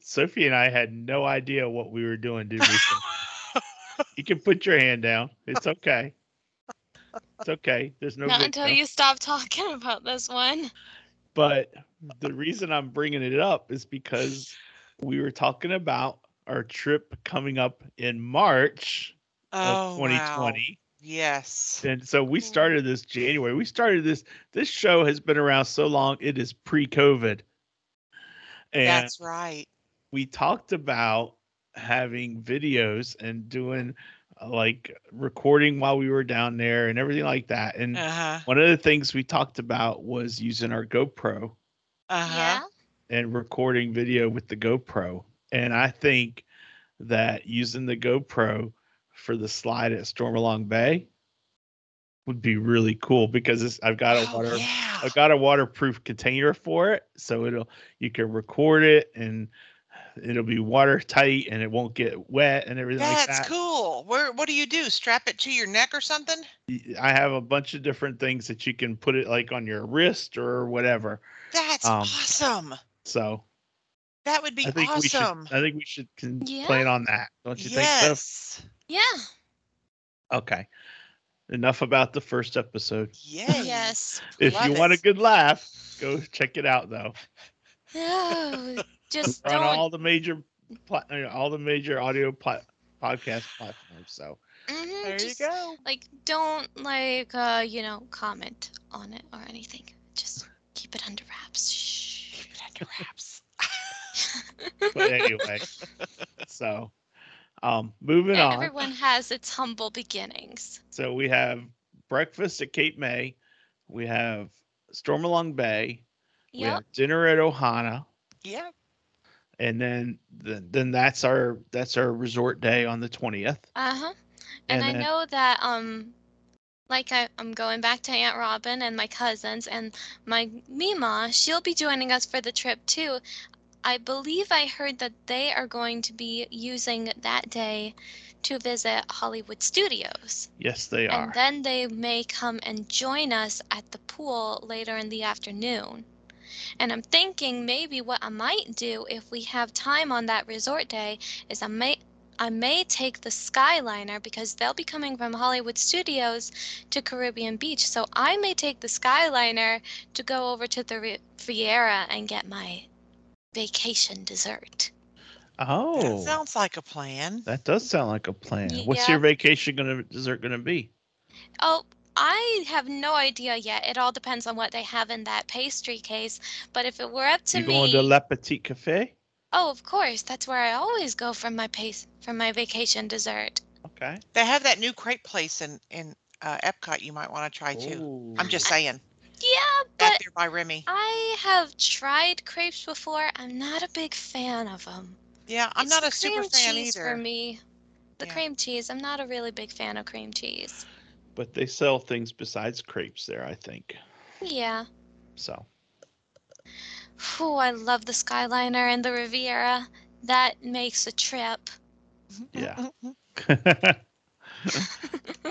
Speaker 2: Sophie and I had no idea what we were doing, did we? you can put your hand down. It's okay. It's okay. There's no.
Speaker 3: Not
Speaker 2: big
Speaker 3: until
Speaker 2: deal.
Speaker 3: you stop talking about this one.
Speaker 2: But the reason I'm bringing it up is because we were talking about our trip coming up in March
Speaker 4: Oh,
Speaker 2: of
Speaker 4: wow.
Speaker 2: 2020.
Speaker 4: Yes.
Speaker 2: And so
Speaker 3: Mm.
Speaker 2: we started this January. We started this. This show has been around so long, it is pre COVID. And
Speaker 4: That's right.
Speaker 2: we talked about having videos and doing uh, like recording while we were down there and everything like that. And
Speaker 4: Uh huh.
Speaker 2: one of the things we talked about was using our GoPro
Speaker 4: Uh
Speaker 3: Yeah.
Speaker 4: huh.
Speaker 2: and recording video with the GoPro. And I think that using the GoPro for the slide at Stormalong Bay would be really cool because it's, I've got a water
Speaker 4: Oh, yeah.
Speaker 2: I've got a waterproof container for it, so it'll you can record it and it'll be watertight and it won't get wet and everything
Speaker 4: That's
Speaker 2: like that.
Speaker 4: cool. Where? What do you do? Strap it to your neck or something?
Speaker 2: I have a bunch of different things that you can put it like on your wrist or whatever.
Speaker 4: That's
Speaker 2: Um,
Speaker 4: awesome.
Speaker 2: So
Speaker 4: That would be
Speaker 2: I think we
Speaker 4: awesome.
Speaker 2: should I think we should can
Speaker 3: Yeah.
Speaker 2: plan on that. Don't you think so?
Speaker 4: yes.
Speaker 3: Yeah.
Speaker 2: Okay. Enough about the first episode.
Speaker 4: Yay.
Speaker 3: Yes.
Speaker 2: If
Speaker 4: Love
Speaker 2: you
Speaker 4: it.
Speaker 2: want a good laugh, go check it out though.
Speaker 3: No. Just
Speaker 2: We're on
Speaker 3: don't.
Speaker 2: all the major pla- uh, all the major audio pla- podcast platforms. So
Speaker 3: Mhm,
Speaker 4: There
Speaker 3: just,
Speaker 4: you go.
Speaker 3: Like, don't like uh, you know, comment on it or anything. Just keep it under wraps. Shh.
Speaker 4: Keep it under wraps.
Speaker 2: but anyway. so um moving on.
Speaker 3: Everyone has its humble beginnings.
Speaker 2: So we have breakfast at Cape May. We have Storm Along Bay. We
Speaker 3: Yep.
Speaker 2: have dinner at Ohana.
Speaker 4: Yep.
Speaker 2: And then then then that's our that's our resort day on the twentieth.
Speaker 3: Uh huh. And,
Speaker 2: And
Speaker 3: I
Speaker 2: then-
Speaker 3: know that um, like I, I'm going back to Aunt Robin and my cousins and my Mima. She'll be joining us for the trip too. I believe I heard that they are going to be using that day to visit Hollywood Studios.
Speaker 2: Yes, they are.
Speaker 3: And then they may come and join us at the pool later in the afternoon. And I'm thinking maybe what I might do if we have time on that resort day is I may I may take the Skyliner because they'll be coming from Hollywood Studios to Caribbean Beach. So I may take the Skyliner to go over to the Riviera and get my vacation dessert.
Speaker 2: oh,
Speaker 4: That sounds like a plan.
Speaker 2: that does sound like a plan.
Speaker 3: Y-
Speaker 2: What's
Speaker 3: yeah.
Speaker 2: your vacation gonna dessert gonna be?
Speaker 3: Oh, I have no idea yet. It all depends on what they have in that pastry case. But if it were up to
Speaker 2: you
Speaker 3: me,
Speaker 2: going to La Petite Cafe?
Speaker 3: oh, of course, that's where I always go for my pace for my vacation dessert.
Speaker 2: Okay.
Speaker 4: They have that new crepe place in in uh, Epcot. You might want to try too. I'm
Speaker 2: Oh.
Speaker 4: just saying.
Speaker 3: Yeah,
Speaker 4: Out
Speaker 3: but
Speaker 4: there by Remy.
Speaker 3: I have tried crepes before. I'm not a big fan of them.
Speaker 4: Yeah, I'm not a super
Speaker 3: cream
Speaker 4: fan
Speaker 3: cheese
Speaker 4: either.
Speaker 3: for me. The
Speaker 4: Yeah.
Speaker 3: cream cheese. I'm not a really big fan of cream cheese.
Speaker 2: But they sell things besides crepes there, I think.
Speaker 3: Yeah.
Speaker 2: So
Speaker 3: Phew, I love the Skyliner and the Riviera. That makes a trip.
Speaker 2: Yeah.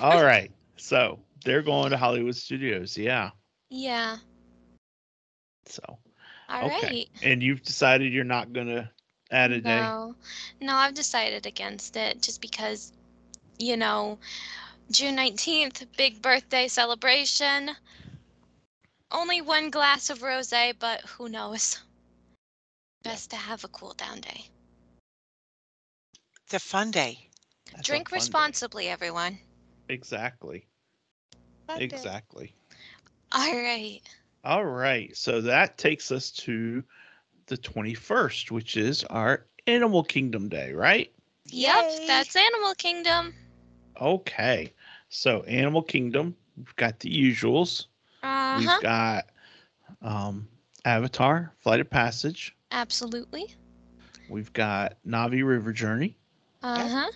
Speaker 2: all right. So they're going to Hollywood Studios, yeah.
Speaker 3: Yeah.
Speaker 2: So
Speaker 3: All right.
Speaker 2: Okay. and you've decided you're not gonna add a day.
Speaker 3: No, no, I've decided against it just because, you know, June 19th, big birthday celebration. Only one glass of rosé, but who knows? Best to have a cool down day.
Speaker 4: It's a fun day.
Speaker 2: That's a
Speaker 3: Drink
Speaker 2: fun day.
Speaker 3: responsibly, everyone.
Speaker 2: Exactly.
Speaker 4: Fun day.
Speaker 2: Exactly.
Speaker 3: All right.
Speaker 2: All right. So that takes us to the 21st, which is our Animal Kingdom Day, right?
Speaker 4: Yay.
Speaker 3: Yep, that's Animal Kingdom.
Speaker 2: Okay. So Animal Kingdom, we've got the usuals.
Speaker 3: Uh huh.
Speaker 2: We've got um, Avatar, Flight of Passage.
Speaker 3: Absolutely.
Speaker 2: We've got Navi River Journey.
Speaker 3: Uh huh.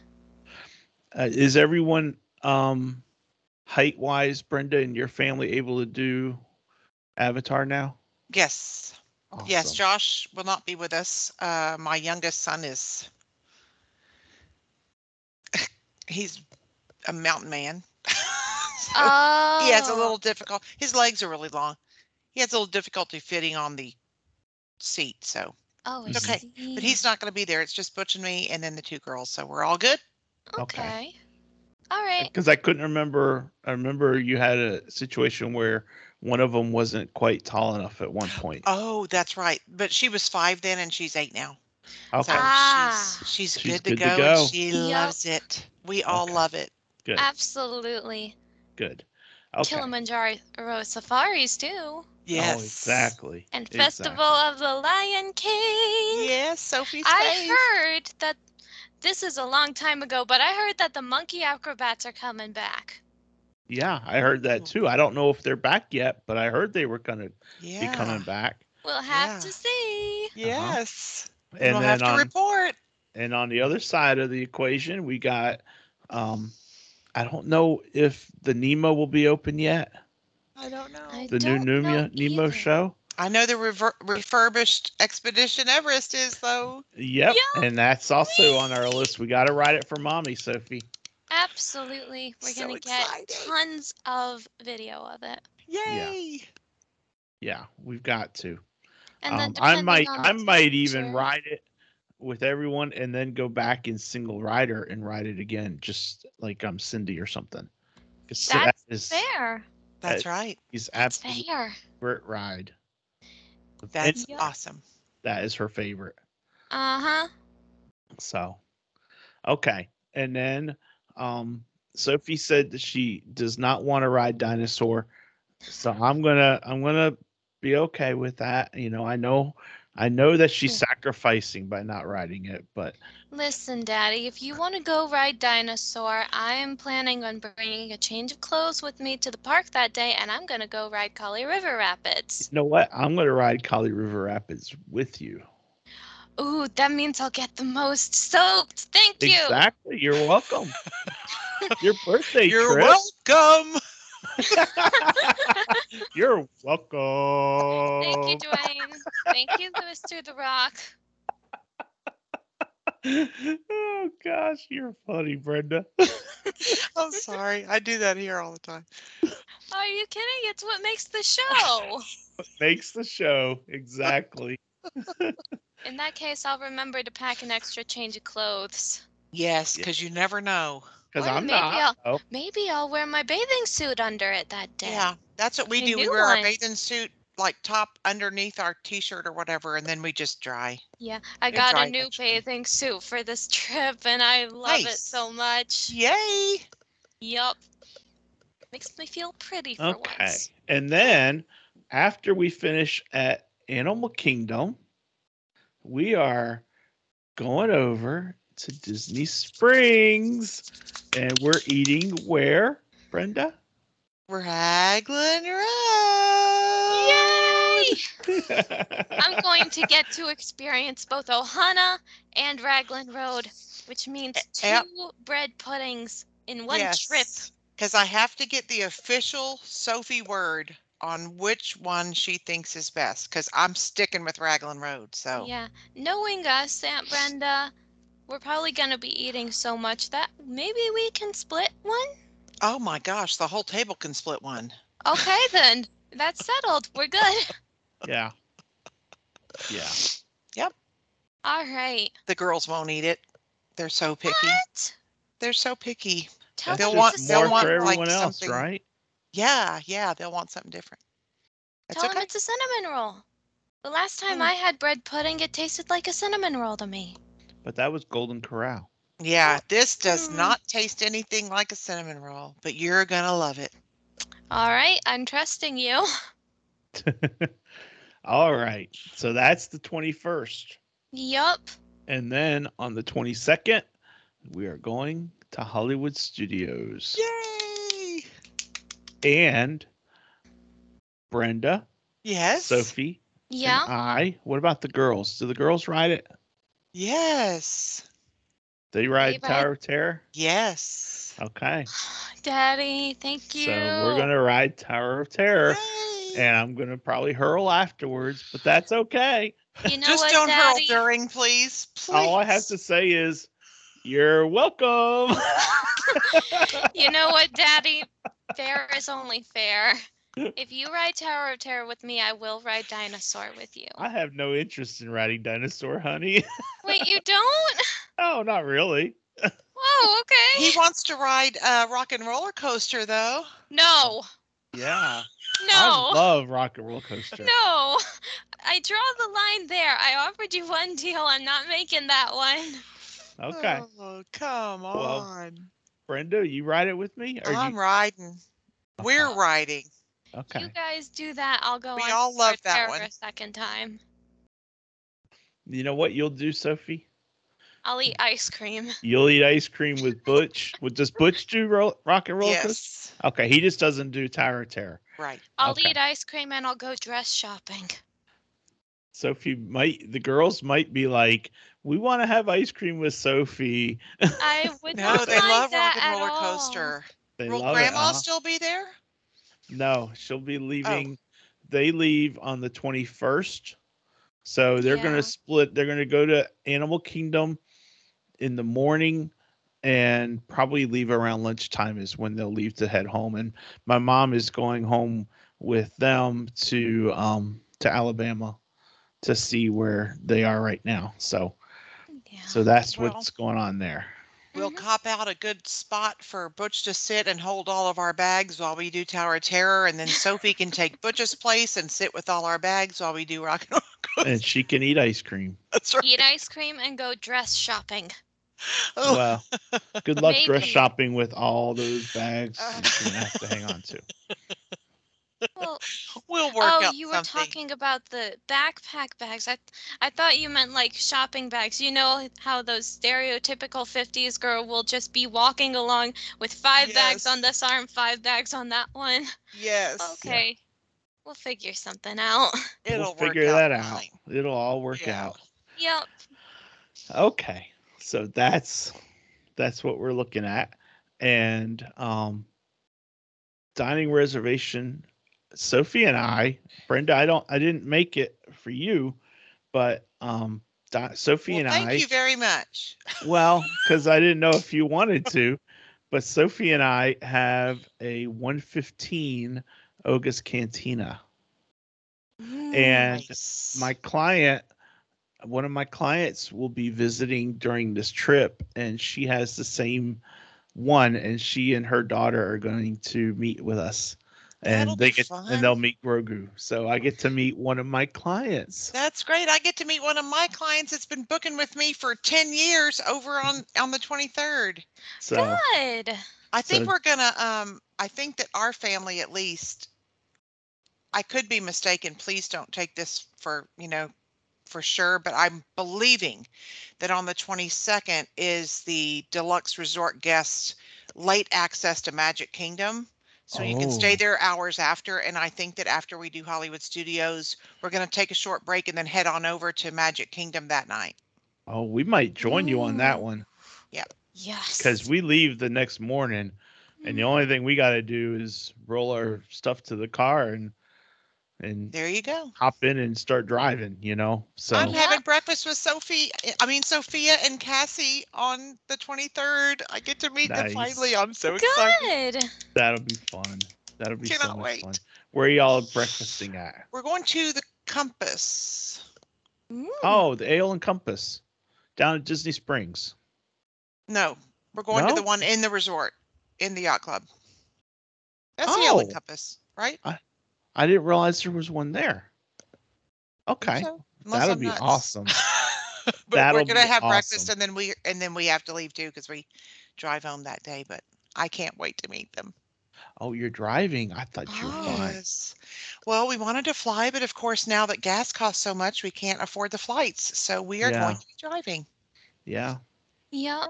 Speaker 2: Uh, is everyone um, height wise, Brenda, and your family able to do Avatar now?
Speaker 4: Yes. Yes,
Speaker 2: Awesome.
Speaker 4: Josh will not be with us. Uh, my youngest son is. He's a mountain man. So
Speaker 3: Oh.
Speaker 4: He has a little difficult. His legs are really long. He has a little difficulty fitting on the seat. So,
Speaker 3: Oh, I
Speaker 2: It's
Speaker 4: okay,
Speaker 3: see.
Speaker 4: but he's not going to be there. It's just Butch and me, and then the two girls. So we're all good.
Speaker 2: Okay.
Speaker 3: okay. All right.
Speaker 2: Because I couldn't remember. I remember you had a situation where one of them wasn't quite tall enough at one point.
Speaker 4: Oh, that's right. But she was five then, and she's eight now.
Speaker 2: Okay.
Speaker 4: So
Speaker 3: Ah.
Speaker 4: she's she's
Speaker 2: She's
Speaker 4: good, to,
Speaker 2: good to
Speaker 4: go,
Speaker 2: go.
Speaker 4: And she
Speaker 3: Yep.
Speaker 4: loves it. We all
Speaker 2: Okay. Oh,
Speaker 4: love it.
Speaker 2: Good.
Speaker 3: Absolutely.
Speaker 2: Good. Okay.
Speaker 3: Kilimanjaro safaris too.
Speaker 4: Yes.
Speaker 2: Oh, exactly.
Speaker 3: And
Speaker 2: exactly.
Speaker 3: Festival of the Lion King.
Speaker 4: Yes, Sophie's fave.
Speaker 3: I heard that this is a long time ago, but I heard that the monkey acrobats are coming back.
Speaker 2: Yeah, I heard that too. I don't know if they're back yet, but I heard they were gonna
Speaker 4: yeah.
Speaker 2: be uh-huh. coming back.
Speaker 3: We'll have
Speaker 4: Yeah.
Speaker 3: to see.
Speaker 4: Yes.
Speaker 2: And then
Speaker 4: we'll
Speaker 2: um,
Speaker 4: have to
Speaker 2: on
Speaker 4: report.
Speaker 2: and on the other side of the equation, we got um I don't know if the Nemo will be open yet.
Speaker 4: I don't know.
Speaker 3: I-
Speaker 4: I,
Speaker 2: The new
Speaker 3: don't know
Speaker 2: Nemo Nemo
Speaker 3: either.
Speaker 2: show.
Speaker 4: know the rever- refurbished Expedition Everest is, though.
Speaker 2: Yep.
Speaker 3: Yeah.
Speaker 2: And that's also on our list. We gotta write it for mommy, Sophie.
Speaker 3: Absolutely. We're
Speaker 4: So
Speaker 3: going to get
Speaker 4: excited.
Speaker 3: tons of video of it.
Speaker 4: Yay.
Speaker 2: Yeah, we've got to.
Speaker 3: And then
Speaker 2: um, I
Speaker 3: depending
Speaker 2: might
Speaker 3: on
Speaker 2: I might even
Speaker 3: pictures-
Speaker 2: ride it with everyone and then go back in single rider and ride it again, just like I'm Cindy or something. 'Cause that
Speaker 3: That's
Speaker 2: is
Speaker 3: Fair.
Speaker 4: That's
Speaker 2: That-
Speaker 4: right.
Speaker 2: his
Speaker 3: That's
Speaker 2: absolute
Speaker 3: fair.
Speaker 2: favorite ride. And
Speaker 4: That's
Speaker 3: Yeah.
Speaker 4: awesome.
Speaker 2: that is her favorite.
Speaker 3: Uh huh.
Speaker 2: So, okay. And then um, Sophie said that she does not want to ride dinosaur. So I'm gonna I'm gonna be okay with that. You know, I know I know that she's
Speaker 3: Yeah.
Speaker 2: sacrificing by not riding it, but
Speaker 3: Listen, Daddy, if you want to go ride Dinosaur, I am planning on bringing a change of clothes with me to the park that day, and I'm going to go ride Kali River Rapids.
Speaker 2: you know what? I'm gonna ride Kali River Rapids with you.
Speaker 3: Ooh, that means I'll get the most soaked. Thank you.
Speaker 2: Exactly. You're welcome. Your birthday
Speaker 4: You're
Speaker 2: trip.
Speaker 4: welcome.
Speaker 2: You're welcome.
Speaker 3: Thank you, Dwayne. Thank you, Mr. The Rock.
Speaker 2: oh gosh, you're funny, Brenda.
Speaker 4: I'm sorry. I do that here all the time.
Speaker 3: Are you kidding? It's what makes the show.
Speaker 2: Makes the show exactly.
Speaker 3: In that case, I'll remember to pack an extra change of clothes.
Speaker 4: Yes,
Speaker 2: Yeah.
Speaker 4: because you never know.
Speaker 2: Because
Speaker 3: Or
Speaker 2: I'm
Speaker 3: maybe
Speaker 2: not. Oh,
Speaker 3: Maybe I'll wear my bathing suit under it that day.
Speaker 4: Yeah, that's what we
Speaker 3: A
Speaker 4: do. We
Speaker 3: new
Speaker 4: wear our
Speaker 3: one.
Speaker 4: bathing suit, like top underneath our t-shirt or whatever, and then we just dry.
Speaker 3: Yeah, I
Speaker 4: It's
Speaker 3: got a
Speaker 4: right,
Speaker 3: new
Speaker 4: actually.
Speaker 3: bathing suit for this trip and I love it
Speaker 4: Nice.
Speaker 3: so much.
Speaker 4: Yay!
Speaker 3: Yup. Makes me feel pretty for
Speaker 2: okay.
Speaker 3: once.
Speaker 2: And then after we finish at Animal Kingdom, we are going over to Disney Springs, and we're eating where, Brenda?
Speaker 4: Raglan Road.
Speaker 3: Yay! I'm going to get to experience both Ohana and Raglan Road, which means two
Speaker 4: Eh, Yep.
Speaker 3: bread puddings in one trip.
Speaker 4: Because I have to get the official Sophie word on which one she thinks is best. Because I'm sticking with Raglan Road. So
Speaker 3: Yeah, knowing us, Aunt Brenda, we're probably going to be eating so much that maybe we can split one.
Speaker 4: oh my gosh, the whole table can split one.
Speaker 3: Okay, then. That's settled. We're good.
Speaker 2: yeah. Yeah.
Speaker 3: All right.
Speaker 4: The girls won't eat it. They're so picky.
Speaker 3: What?
Speaker 4: They're so picky.
Speaker 3: Tell
Speaker 4: They'll
Speaker 3: them
Speaker 4: want-
Speaker 3: it's a
Speaker 4: they'll
Speaker 2: more
Speaker 3: separate,
Speaker 4: want,
Speaker 2: for
Speaker 4: like,
Speaker 2: everyone else,
Speaker 4: something-
Speaker 2: right?
Speaker 4: Yeah, yeah, they'll want something different. That's
Speaker 3: tell them
Speaker 4: okay.
Speaker 3: it's a cinnamon roll. The last time
Speaker 4: Mm.
Speaker 3: I had bread pudding, it tasted like a cinnamon roll to me.
Speaker 2: But that was Golden Corral.
Speaker 4: Yeah, this does
Speaker 3: Mm.
Speaker 4: not taste anything like a cinnamon roll, but you're gonna love it.
Speaker 3: All right, I'm trusting you.
Speaker 2: All right. So that's the 21st.
Speaker 3: Yup.
Speaker 2: And then on the 22nd, we are going to Hollywood Studios.
Speaker 4: Yay!
Speaker 2: And Brenda,
Speaker 4: Yes.
Speaker 2: Sophie,
Speaker 3: Yeah.
Speaker 2: and I. What about the girls? Do the girls ride it?
Speaker 4: Yes.
Speaker 2: They ride
Speaker 3: They ride-
Speaker 2: Tower of Terror?
Speaker 4: Yes.
Speaker 2: Okay.
Speaker 3: Daddy, thank you.
Speaker 2: So we're going to ride Tower of Terror.
Speaker 4: Yay.
Speaker 2: And I'm going to probably hurl afterwards, but that's okay.
Speaker 3: You know
Speaker 4: Just
Speaker 3: what,
Speaker 4: don't
Speaker 3: Daddy?
Speaker 4: hurl during, please. Please.
Speaker 2: All I have to say is, you're welcome.
Speaker 3: You know what, Daddy? Fair is only fair. If you ride Tower of Terror with me, I will ride Dinosaur with you.
Speaker 2: I have no interest in riding dinosaur, honey.
Speaker 3: Wait, you don't?
Speaker 2: oh, not really.
Speaker 3: Whoa,
Speaker 4: He
Speaker 3: okay.
Speaker 4: wants to ride uh, rock and roller coaster though.
Speaker 3: No,
Speaker 2: Yeah. I
Speaker 3: no,
Speaker 2: love Rock and Roller Coaster.
Speaker 3: no. I draw the line there. I offered you one deal. I'm not making that one.
Speaker 2: Okay.
Speaker 4: Oh, come
Speaker 2: Well,
Speaker 4: on.
Speaker 2: Brenda, you ride it with me? Or
Speaker 4: I'm
Speaker 2: you, Uh-huh.
Speaker 4: riding. We're riding.
Speaker 2: okay.
Speaker 3: You guys do that. I'll go
Speaker 4: We
Speaker 3: on
Speaker 4: all
Speaker 3: to
Speaker 4: love
Speaker 3: Sarah
Speaker 4: that
Speaker 3: for
Speaker 4: one.
Speaker 3: a second time.
Speaker 2: You know what you'll do, Sophie?
Speaker 3: I'll eat ice cream.
Speaker 2: You'll eat ice cream with Butch. Would does Butch do roll, rock and roll? coaster?
Speaker 4: Yes.
Speaker 2: Okay, he just doesn't do Tower of Terror.
Speaker 4: Right.
Speaker 3: I'll
Speaker 2: Okay.
Speaker 3: eat ice cream and I'll go dress shopping.
Speaker 2: Sophie might the girls might be like, we want to have ice cream with Sophie.
Speaker 3: I would
Speaker 4: No,
Speaker 3: not
Speaker 4: they
Speaker 3: mind
Speaker 4: love
Speaker 3: that
Speaker 4: Rock and
Speaker 3: at
Speaker 4: Roller
Speaker 3: all.
Speaker 4: Coaster.
Speaker 2: They love
Speaker 4: Will
Speaker 2: it, Uh-huh.
Speaker 4: Grandma
Speaker 2: huh?
Speaker 4: still be there?
Speaker 2: No, she'll be leaving. They leave on the 21st. So they're going
Speaker 3: Yeah.
Speaker 2: to split. They're going to go to Animal Kingdom in the morning and probably leave around lunchtime is when they'll leave to head home. And my mom is going home with them to um to Alabama to see where they are right now. So
Speaker 3: Yeah.
Speaker 2: so that's
Speaker 4: Well.
Speaker 2: what's going on there.
Speaker 4: We'll
Speaker 3: Mhm.
Speaker 4: cop out a good spot for Butch to sit and hold all of our bags while we do Tower of Terror, and then Sophie can take Butch's place and sit with all our bags while we do Rock and Roll Coaster.
Speaker 2: And she can eat ice cream.
Speaker 4: That's right.
Speaker 3: Eat ice cream and go dress shopping.
Speaker 4: Oh,
Speaker 2: Well, good luck dress
Speaker 3: Maybe.
Speaker 2: shopping with all those bags
Speaker 4: Uh,
Speaker 2: that you're gonna have to hang on to.
Speaker 3: Well,
Speaker 4: we'll work
Speaker 3: oh,
Speaker 4: out
Speaker 3: you were
Speaker 4: something.
Speaker 3: talking about the backpack bags. I I thought you meant like shopping bags. You know how those stereotypical 50s girl will just be walking along with five bags on
Speaker 4: Yes.
Speaker 3: this arm, five bags on that one.
Speaker 4: Yes,
Speaker 3: Okay. We'll figure something out.
Speaker 4: it'll
Speaker 2: we'll figure
Speaker 4: work
Speaker 2: that out.
Speaker 4: fine.
Speaker 2: It'll all work
Speaker 4: Yeah.
Speaker 2: out.
Speaker 3: Yep.
Speaker 2: Okay. So that's that's what we're looking at. And um dining reservation Sophie and I, Brenda, I don't I didn't make it for you, but um Di- Sophie
Speaker 4: Well,
Speaker 2: and
Speaker 4: thank
Speaker 2: I
Speaker 4: you very much.
Speaker 2: well, cuz I didn't know if you wanted to, but Sophie and I have a 115 Ogus Cantina. And
Speaker 4: Nice.
Speaker 2: my client one of my clients will be visiting during this trip and she has the same one and she and her daughter are going to meet with us and
Speaker 4: That'll
Speaker 2: they
Speaker 4: be
Speaker 2: get
Speaker 4: fun.
Speaker 2: and they'll meet grogu so i get to meet one of my clients
Speaker 4: That's great. I get to meet one of my clients that's been booking with me for 10 years over on on the 23rd.
Speaker 2: so
Speaker 3: Good.
Speaker 4: I think
Speaker 2: So-
Speaker 4: we're gonna um I think that our family at least I could be mistaken. Please don't take this for, you know, for sure, but I'm believing that on the 22nd is the deluxe resort guests late access to Magic Kingdom. So you can stay
Speaker 2: Oh.
Speaker 4: there hours after and I think that after we do Hollywood Studios, we're going to take a short break and then head on over to Magic Kingdom that night.
Speaker 2: oh we might join you on that
Speaker 3: Ooh.
Speaker 2: one
Speaker 3: Yes.
Speaker 2: because we leave the next morning and the only thing we got to do is roll our stuff to the car and and
Speaker 4: There you go.
Speaker 2: hop in and start driving you know so
Speaker 4: I'm
Speaker 3: Yeah.
Speaker 4: having breakfast with Sophie. eh, I mean Sophia and Cassie on the 23rd. I get to meet them
Speaker 2: Nice.
Speaker 4: finally. I'm so excited.
Speaker 3: Mm, Good.
Speaker 2: That'll be fun. That'll be so
Speaker 4: Cannot
Speaker 2: much
Speaker 4: wait.
Speaker 2: fun. Where are y'all breakfasting at?
Speaker 4: We're going to the Compass.
Speaker 3: Ooh.
Speaker 2: Oh, the Ale and Compass down at Disney Springs.
Speaker 4: No, we're going to
Speaker 2: No?
Speaker 4: the one in the resort in the yacht club. That's the Yellow
Speaker 2: Oh.
Speaker 4: Compass, right?
Speaker 2: I didn't realize there was one there. Okay,
Speaker 4: So, unless
Speaker 2: that'll
Speaker 4: I'm
Speaker 2: be
Speaker 4: nuts.
Speaker 2: awesome.
Speaker 4: but
Speaker 2: That'll
Speaker 4: we're gonna
Speaker 2: be
Speaker 4: have breakfast
Speaker 2: awesome.
Speaker 4: and then we and then we have to leave too because we drive home that day. But I can't wait to meet them.
Speaker 2: Oh, you're driving. I thought you were
Speaker 3: Oh.
Speaker 2: flying.
Speaker 4: Yes. Well, we wanted to fly, but of course now that gas costs so much, we can't afford the flights. So we are
Speaker 2: Yeah.
Speaker 4: going to be driving,
Speaker 2: Yeah,
Speaker 3: Yep.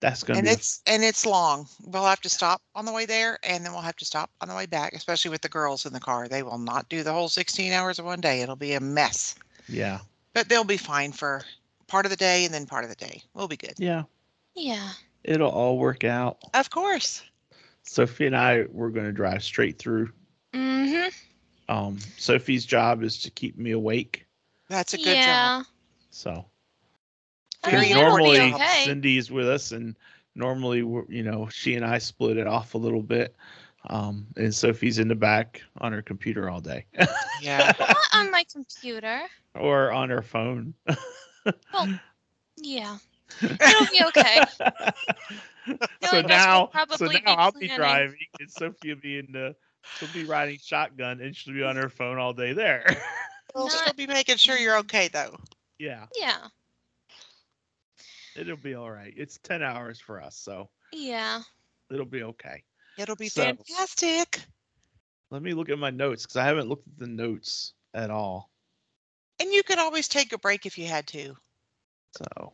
Speaker 2: that's gonna
Speaker 4: and
Speaker 2: be. a-
Speaker 4: it's and it's long. We'll have to stop on the way there, and then we'll have to stop on the way back. Especially with the girls in the car, they will not do the whole 16 hours in one day. It'll be a mess,
Speaker 2: yeah,
Speaker 4: but they'll be fine for part of the day and then part of the day. We'll be good.
Speaker 2: yeah.
Speaker 3: Yeah.
Speaker 2: It'll all work out.
Speaker 4: Of course.
Speaker 2: Sophie and I we're gonna drive straight through.
Speaker 3: Mhm.
Speaker 2: Um, Sophie's job is to keep me awake.
Speaker 4: That's a good job.
Speaker 3: yeah.
Speaker 2: So
Speaker 3: I
Speaker 4: Very
Speaker 2: Because
Speaker 3: mean, it'll be
Speaker 2: normally
Speaker 3: okay.
Speaker 2: Cindy's with us, and normally we're, you know she and I split it off a little bit, um, and Sophie's in the back on her computer all day
Speaker 4: Yeah.
Speaker 3: Not on my computer.
Speaker 2: or on her phone.
Speaker 3: Yeah. It'll be okay. I
Speaker 2: so
Speaker 3: guess we'll
Speaker 2: now, so
Speaker 3: probably
Speaker 2: now
Speaker 3: be
Speaker 2: I'll be
Speaker 3: planning.
Speaker 2: driving, and Sophie will be in the she'll be riding shotgun, and she'll be on her phone all day there.
Speaker 4: We'll
Speaker 3: Not-
Speaker 4: still be making sure you're okay though.
Speaker 2: yeah,
Speaker 3: Yeah.
Speaker 2: it'll be all right. It's ten hours for us, so
Speaker 3: Yeah.
Speaker 2: It'll be okay.
Speaker 4: It'll be
Speaker 2: So-
Speaker 4: fantastic.
Speaker 2: Let me look at my notes because I haven't looked at the notes at all.
Speaker 4: And you could always take a break if you had to.
Speaker 2: So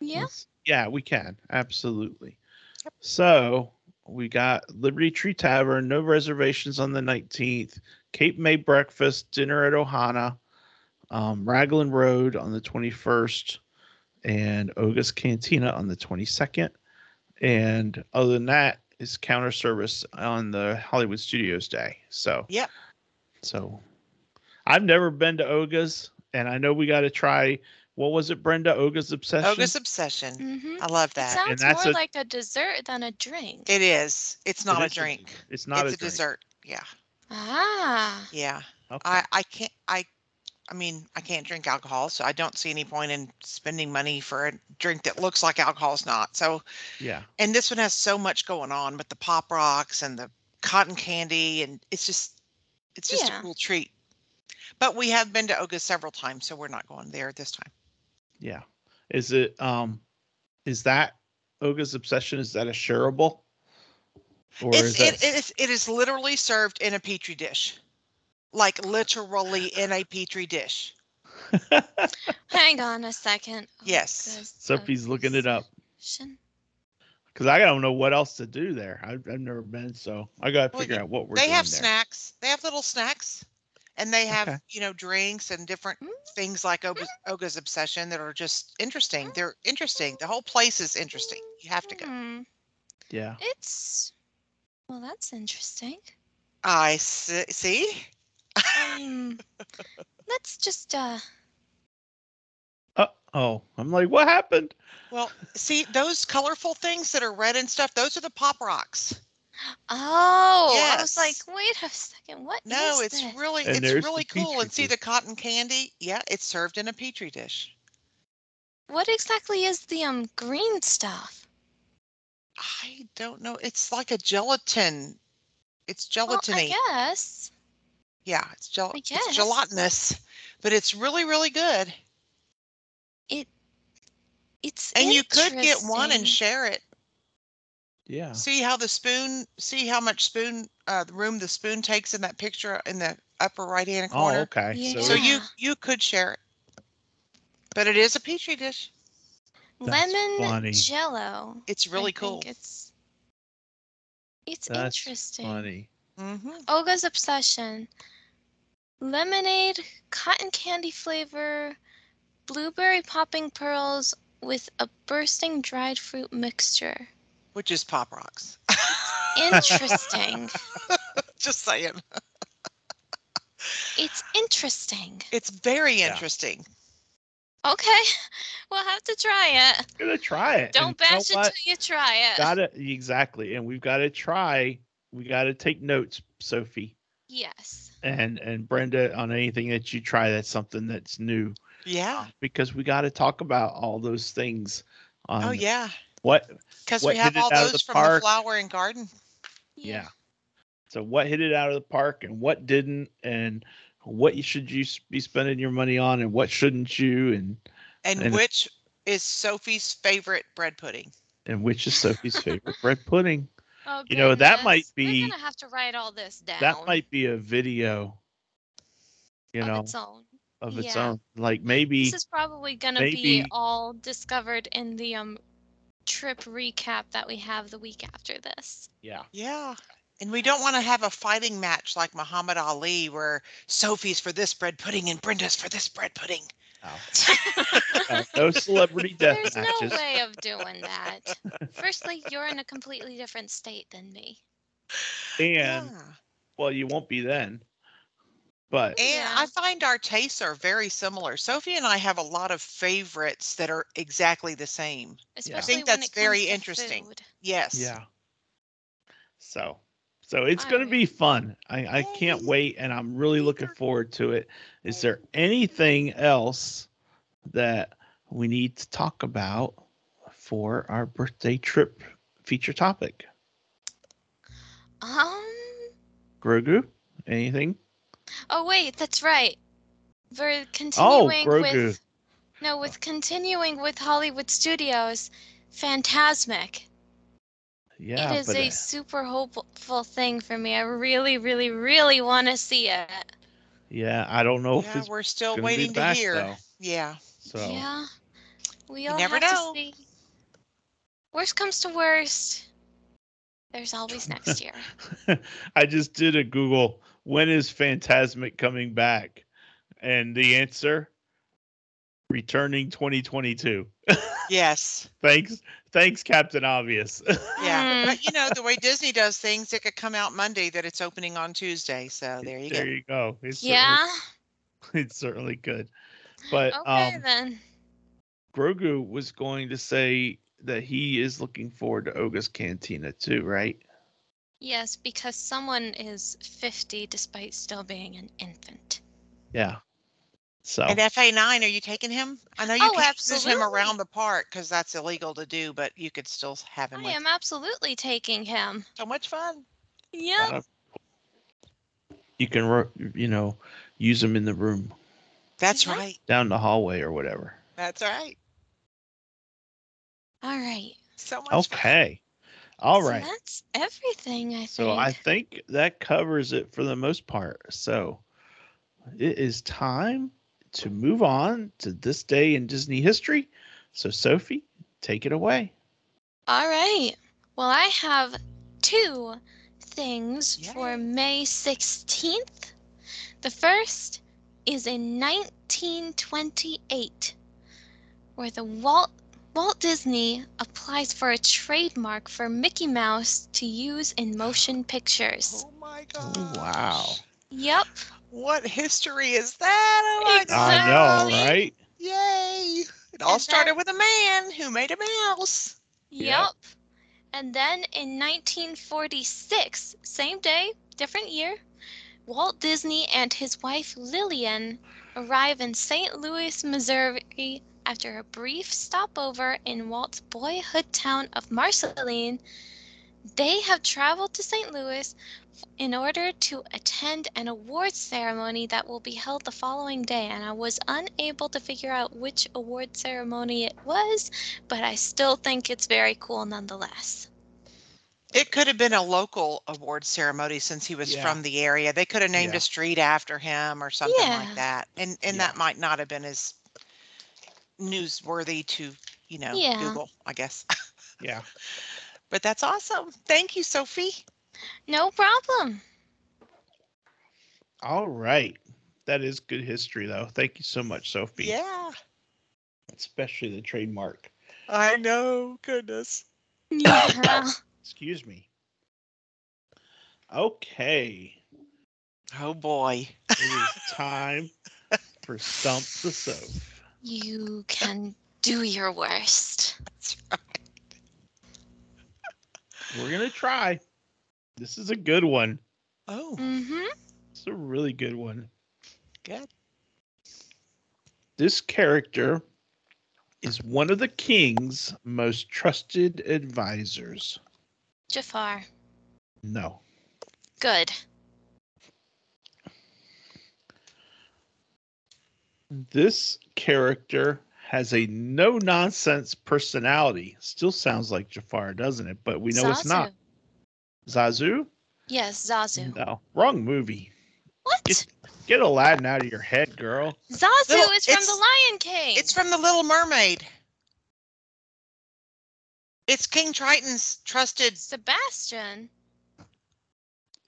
Speaker 3: Yeah.
Speaker 2: let's- yeah, we can absolutely. So we got Liberty Tree Tavern, no reservations on the nineteenth. Cape May breakfast, dinner at Ohana, um, Raglan Road on the twenty-first, and Ogus Cantina on the twenty-second. And other than that, is counter service on the Hollywood Studios Day. So
Speaker 4: Yep.
Speaker 2: So I've never been to Oga's, and I know we got to try. What was it, Brenda? Oga's obsession.
Speaker 4: Bogus Oh, obsession.
Speaker 3: Mm-hmm.
Speaker 4: I love
Speaker 3: It
Speaker 4: that.
Speaker 3: sounds
Speaker 2: that's
Speaker 3: more
Speaker 2: a-
Speaker 3: like a dessert than a drink.
Speaker 4: It is. It's not
Speaker 2: It
Speaker 4: a
Speaker 2: is
Speaker 4: drink.
Speaker 2: It's not
Speaker 4: it's
Speaker 2: a,
Speaker 4: a,
Speaker 2: drink.
Speaker 4: dessert. Yeah.
Speaker 3: Ah.
Speaker 4: Yeah.
Speaker 2: Okay.
Speaker 4: I I can't I I mean, I can't drink alcohol, so I don't see any point in spending money for a drink that looks like alcohol's not. So,
Speaker 2: yeah.
Speaker 4: and this one has so much going on with the pop rocks and the cotton candy and it's just it's just
Speaker 3: Yeah.
Speaker 4: a cool treat. But we have been to Oga several times, so we're not going there this time.
Speaker 2: Yeah. Is it? Um, is that Oga's obsession? Is that a shareable? Or
Speaker 4: It's
Speaker 2: is
Speaker 4: it,
Speaker 2: that?
Speaker 4: it is it is literally served in a petri dish. Like literally in a petri dish.
Speaker 3: Hang on a second. Oh,
Speaker 4: Yes.
Speaker 3: August
Speaker 2: Sophie's looking it up
Speaker 3: obsession.
Speaker 2: because I don't know what else to do there. I've, I've never been, so I got to
Speaker 4: Well,
Speaker 2: figure
Speaker 4: you-
Speaker 2: out what we're
Speaker 4: they
Speaker 2: doing
Speaker 4: have
Speaker 2: there.
Speaker 4: snacks. They have little snacks, and they have
Speaker 2: Okay.
Speaker 4: you know drinks and different
Speaker 3: Mm.
Speaker 4: things like Oga's, Oga's Obsession that are just interesting. They're interesting. The whole place is interesting. You have to go.
Speaker 3: Hmm.
Speaker 2: Yeah.
Speaker 3: It's. Well, that's interesting.
Speaker 4: I see. see?
Speaker 3: Um, let's just uh
Speaker 2: Uh oh. I'm like, what happened?
Speaker 4: Well, see those colorful things that are red and stuff. Those are the pop rocks.
Speaker 3: oh I was like
Speaker 4: Yes.
Speaker 3: wait a second what
Speaker 4: No,
Speaker 3: is
Speaker 4: it's
Speaker 3: this?
Speaker 4: really
Speaker 2: And
Speaker 4: it's
Speaker 2: there's the
Speaker 4: really cool.
Speaker 2: petri
Speaker 4: And see
Speaker 2: dish.
Speaker 4: the cotton candy. Yeah, it's served in a petri dish.
Speaker 3: what exactly is the um green stuff
Speaker 4: I don't know. It's like a gelatin. It's gelatiny.
Speaker 3: well, I guess
Speaker 4: Yeah, it's, gel-
Speaker 3: I guess.
Speaker 4: it's gelatinous, but it's really, really good.
Speaker 3: it's
Speaker 4: And you could get one and
Speaker 3: interesting.
Speaker 4: share it.
Speaker 2: Yeah.
Speaker 4: See how the spoon, see how much spoon, uh, the room the spoon takes in that picture in the upper right hand
Speaker 2: Oh,
Speaker 4: corner.
Speaker 2: okay.
Speaker 3: Yeah.
Speaker 4: So
Speaker 2: So
Speaker 4: you
Speaker 3: Yeah.
Speaker 4: you could share it, but it is a petri dish.
Speaker 2: That's
Speaker 3: lemon
Speaker 2: funny.
Speaker 3: jello
Speaker 4: It's
Speaker 3: I
Speaker 4: really
Speaker 3: think
Speaker 4: cool.
Speaker 3: it's it's
Speaker 2: that's
Speaker 3: interesting
Speaker 2: funny.
Speaker 4: hmm
Speaker 3: Olga's obsession lemonade cotton candy flavor blueberry popping pearls with a bursting dried fruit mixture
Speaker 4: Which is pop rocks.
Speaker 3: Interesting.
Speaker 4: Just saying,
Speaker 3: it's interesting.
Speaker 4: it's very
Speaker 2: Yeah.
Speaker 4: interesting.
Speaker 3: Okay, we'll have to try it.
Speaker 2: gonna try it.
Speaker 3: Don't
Speaker 2: And you know
Speaker 3: bash it
Speaker 2: what?
Speaker 3: till you try it.
Speaker 2: Gotta exactly, and we've got to try. We got to take notes, Sophie
Speaker 3: Yes.
Speaker 2: and and Brenda, on anything that you try that's something that's new,
Speaker 4: Yeah.
Speaker 2: because we got to talk about all those things. On
Speaker 4: Oh yeah,
Speaker 2: What?
Speaker 4: because
Speaker 2: What
Speaker 4: we have
Speaker 2: did it
Speaker 4: all
Speaker 2: out of
Speaker 4: those
Speaker 2: the
Speaker 4: from the
Speaker 2: park?
Speaker 4: flower and garden.
Speaker 2: Yeah. So what hit it out of the park and what didn't, and what you should you s- be spending your money on and what shouldn't you, and
Speaker 4: And,
Speaker 2: And-
Speaker 4: which is Sophie's favorite bread pudding?
Speaker 2: and which is Sophie's favorite bread pudding.
Speaker 3: Oh,
Speaker 2: You know, that
Speaker 3: goodness.
Speaker 2: might
Speaker 3: We're
Speaker 2: be-
Speaker 3: gonna have to write all this down.
Speaker 2: That might be a video. You
Speaker 3: of
Speaker 2: know,
Speaker 3: its own.
Speaker 2: of its
Speaker 3: yeah.
Speaker 2: own. Like maybe.
Speaker 3: This is probably gonna be
Speaker 2: maybe-
Speaker 3: all discovered in the um trip recap that we have the week after this.
Speaker 2: Yeah.
Speaker 4: Yeah. And we don't want to have a fighting match like Muhammad Ali, where Sophie's for this bread pudding and Brenda's for this bread pudding.
Speaker 2: Uh, no celebrity death
Speaker 3: There's no
Speaker 2: matches.
Speaker 3: way of doing that. Firstly, you're in a completely different state than me.
Speaker 2: And well, you won't be then. But
Speaker 4: And
Speaker 3: Yeah.
Speaker 4: I find our tastes are very similar. Sophie and I have a lot of favorites that are exactly the same.
Speaker 3: Especially
Speaker 4: think
Speaker 3: when
Speaker 4: that's
Speaker 3: it comes
Speaker 4: very
Speaker 3: to
Speaker 4: interesting.
Speaker 3: food.
Speaker 4: Yes.
Speaker 2: yeah. So so it's
Speaker 3: All
Speaker 2: gonna
Speaker 3: right.
Speaker 2: be fun. I, I can't
Speaker 4: Yay.
Speaker 2: wait and I'm really looking
Speaker 4: Peter.
Speaker 2: forward to it. Is there anything else that we need to talk about for our birthday trip feature topic?
Speaker 3: Um.
Speaker 2: Grogu? Anything?
Speaker 3: Oh wait, that's right. We're continuing
Speaker 2: Oh, Grogu.
Speaker 3: with no, with continuing with Hollywood Studios, Fantasmic.
Speaker 2: Yeah,
Speaker 3: it is
Speaker 2: but
Speaker 3: a
Speaker 2: uh,
Speaker 3: super hopeful thing for me. I really, really, really want to see it.
Speaker 2: yeah, I don't know if
Speaker 4: yeah,
Speaker 2: it's
Speaker 4: we're still
Speaker 2: gonna be
Speaker 4: waiting to
Speaker 2: back,
Speaker 4: hear.
Speaker 2: though.
Speaker 4: Yeah.
Speaker 2: so.
Speaker 3: Yeah, we
Speaker 4: You
Speaker 3: all
Speaker 4: never
Speaker 3: have
Speaker 4: know.
Speaker 3: to see. Worst comes to worst, there's always next year.
Speaker 2: I just did a Google. When is Phantasmic coming back? And the answer: returning 2022.
Speaker 4: Yes.
Speaker 2: Thanks, thanks, Captain Obvious.
Speaker 4: Yeah.
Speaker 3: Mm.
Speaker 4: But you know, the way Disney does things, it could come out Monday that it's opening on Tuesday. So there you
Speaker 2: there
Speaker 4: go.
Speaker 2: you go. It's
Speaker 3: yeah.
Speaker 2: certainly, it's certainly good. But
Speaker 3: Okay
Speaker 2: um,
Speaker 3: then.
Speaker 2: Grogu was going to say that he is looking forward to Oga's Cantina too, right?
Speaker 3: Yes, because someone is 50 despite still being an infant.
Speaker 2: Yeah. So
Speaker 4: And FA9, are you taking him? I know you
Speaker 3: Oh,
Speaker 4: can't use him
Speaker 3: absolutely.
Speaker 4: around the park because that's illegal to do, but you could still have him
Speaker 3: I
Speaker 4: with.
Speaker 3: am absolutely taking him.
Speaker 4: So much fun.
Speaker 3: Yep.
Speaker 2: uh, you can, ro- you know, use him in the room
Speaker 4: That's
Speaker 3: Yeah.
Speaker 4: right.
Speaker 2: down the hallway or whatever.
Speaker 4: That's right.
Speaker 3: All right.
Speaker 4: So much fun.
Speaker 2: Okay. All
Speaker 3: So
Speaker 2: right.
Speaker 3: that's everything, I think.
Speaker 2: So I think that covers it for the most part. So it is time to move on to this day in Disney history. So, Sophie, take it away.
Speaker 3: All right. Well, I have two things
Speaker 4: Yay.
Speaker 3: for May 16th. The first is in 1928, where the Walt Walt Disney applies for a trademark for Mickey Mouse to use in motion pictures.
Speaker 4: Oh my gosh.
Speaker 2: Oh, wow.
Speaker 3: Yep.
Speaker 4: What history is that? Oh my
Speaker 3: Exactly.
Speaker 2: I know,
Speaker 4: gosh.
Speaker 2: right?
Speaker 4: Yay. It all
Speaker 3: And
Speaker 4: started
Speaker 3: that-
Speaker 4: with a man who made a mouse.
Speaker 2: Yeah.
Speaker 3: Yep. And then in 1946, same day, different year, Walt Disney and his wife Lillian arrive in St. Louis, Missouri after a brief stopover in Walt's boyhood town of Marceline. They have traveled to St. Louis in order to attend an awards ceremony that will be held the following day, and I was unable to figure out which award ceremony it was, but I still think it's very cool nonetheless.
Speaker 4: It could have been a local award ceremony since he was
Speaker 2: Yeah.
Speaker 4: from the area. They could have named
Speaker 2: Yeah.
Speaker 4: a street after him or something like
Speaker 3: Yeah.
Speaker 4: that. And and
Speaker 2: Yeah.
Speaker 4: that might not have been as newsworthy to, you know,
Speaker 3: Yeah.
Speaker 4: Google, I guess.
Speaker 2: Yeah.
Speaker 4: But that's awesome. Thank you, Sophie.
Speaker 3: No problem.
Speaker 2: All right. That is good history, though. Thank you so much, Sophie.
Speaker 4: Yeah.
Speaker 2: Especially the trademark.
Speaker 4: I know. Goodness.
Speaker 3: Yeah.
Speaker 2: Excuse me. Okay.
Speaker 4: Oh boy.
Speaker 2: It is time for Stump the Soap.
Speaker 3: you can do your worst.
Speaker 2: We're going to try. This is a good one.
Speaker 4: Oh,
Speaker 3: hmm
Speaker 2: It's a really good one.
Speaker 4: good.
Speaker 2: This character is one of the king's most trusted advisors.
Speaker 3: Jafar.
Speaker 2: No.
Speaker 3: Good.
Speaker 2: This character has a no nonsense personality. Still sounds like Jafar, doesn't it? But we know it's not.
Speaker 3: Zazu.
Speaker 2: Zazu?
Speaker 3: Yes, Zazu.
Speaker 2: No. Wrong movie.
Speaker 3: What?
Speaker 2: Get, get Aladdin out of your head, girl.
Speaker 3: Zazu
Speaker 4: Little-
Speaker 3: is from
Speaker 4: it's-
Speaker 3: The Lion King.
Speaker 4: It's from The Little Mermaid. It's King Triton's trusted.
Speaker 3: Sebastian.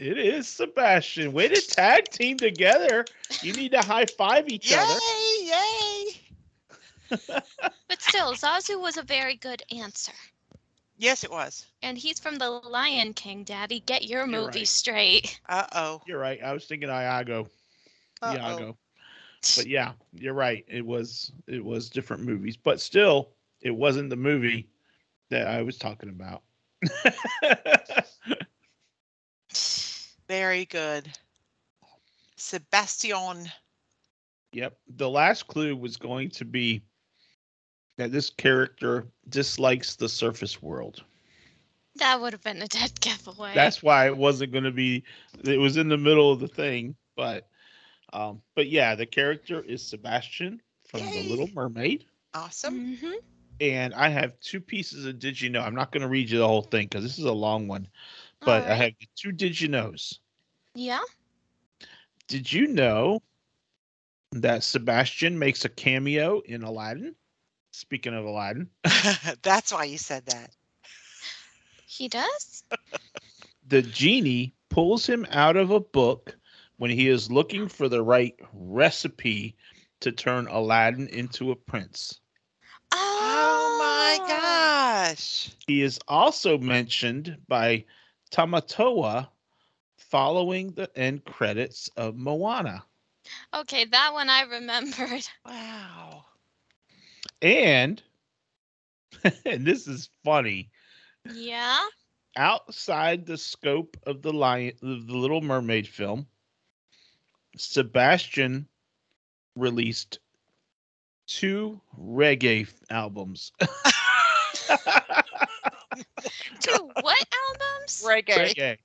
Speaker 2: It is Sebastian. Way to tag team together. You need to high five each
Speaker 4: Yay!
Speaker 2: other.
Speaker 4: Yay!
Speaker 3: But still, Zazu was a very good answer.
Speaker 4: Yes, it was.
Speaker 3: And he's from The Lion King, Daddy. Get your
Speaker 2: You're
Speaker 3: movie
Speaker 2: right.
Speaker 3: straight.
Speaker 4: Uh oh.
Speaker 2: You're right. I was thinking Iago. Iago. But yeah, you're right. It was it was different movies, but still, it wasn't the movie that I was talking about.
Speaker 4: Very good. Sebastian.
Speaker 2: yep. The last clue was going to be that this character dislikes the surface world.
Speaker 3: That would have been a dead giveaway.
Speaker 2: That's why it wasn't going to be. It was in the middle of the thing, but um, but yeah, the character is Sebastian from
Speaker 4: Yay.
Speaker 2: The Little Mermaid.
Speaker 4: Awesome.
Speaker 3: hmm
Speaker 2: and I have two pieces of Did You Know. I'm not going to read you the whole thing because this is a long one, but uh, I
Speaker 3: Alright.
Speaker 2: have two Did You Knows.
Speaker 3: Yeah.
Speaker 2: Did you know that Sebastian makes a cameo in Aladdin? Speaking of Aladdin, Mm-hmm.
Speaker 4: That's why you said that.
Speaker 3: He does?
Speaker 2: the genie pulls him out of a book when he is looking for the right recipe to turn Aladdin into a prince.
Speaker 3: Oh,
Speaker 4: Oh my
Speaker 2: Ah!
Speaker 4: gosh.
Speaker 2: He is also mentioned by Tamatoa following the end credits of Moana.
Speaker 3: Okay, that one I remembered.
Speaker 4: Wow.
Speaker 2: And, and this is funny,
Speaker 3: Yeah.
Speaker 2: outside the scope of the lion of the little mermaid film sebastian released two reggae f- albums
Speaker 3: Two what albums?
Speaker 4: Reggae.
Speaker 2: reggae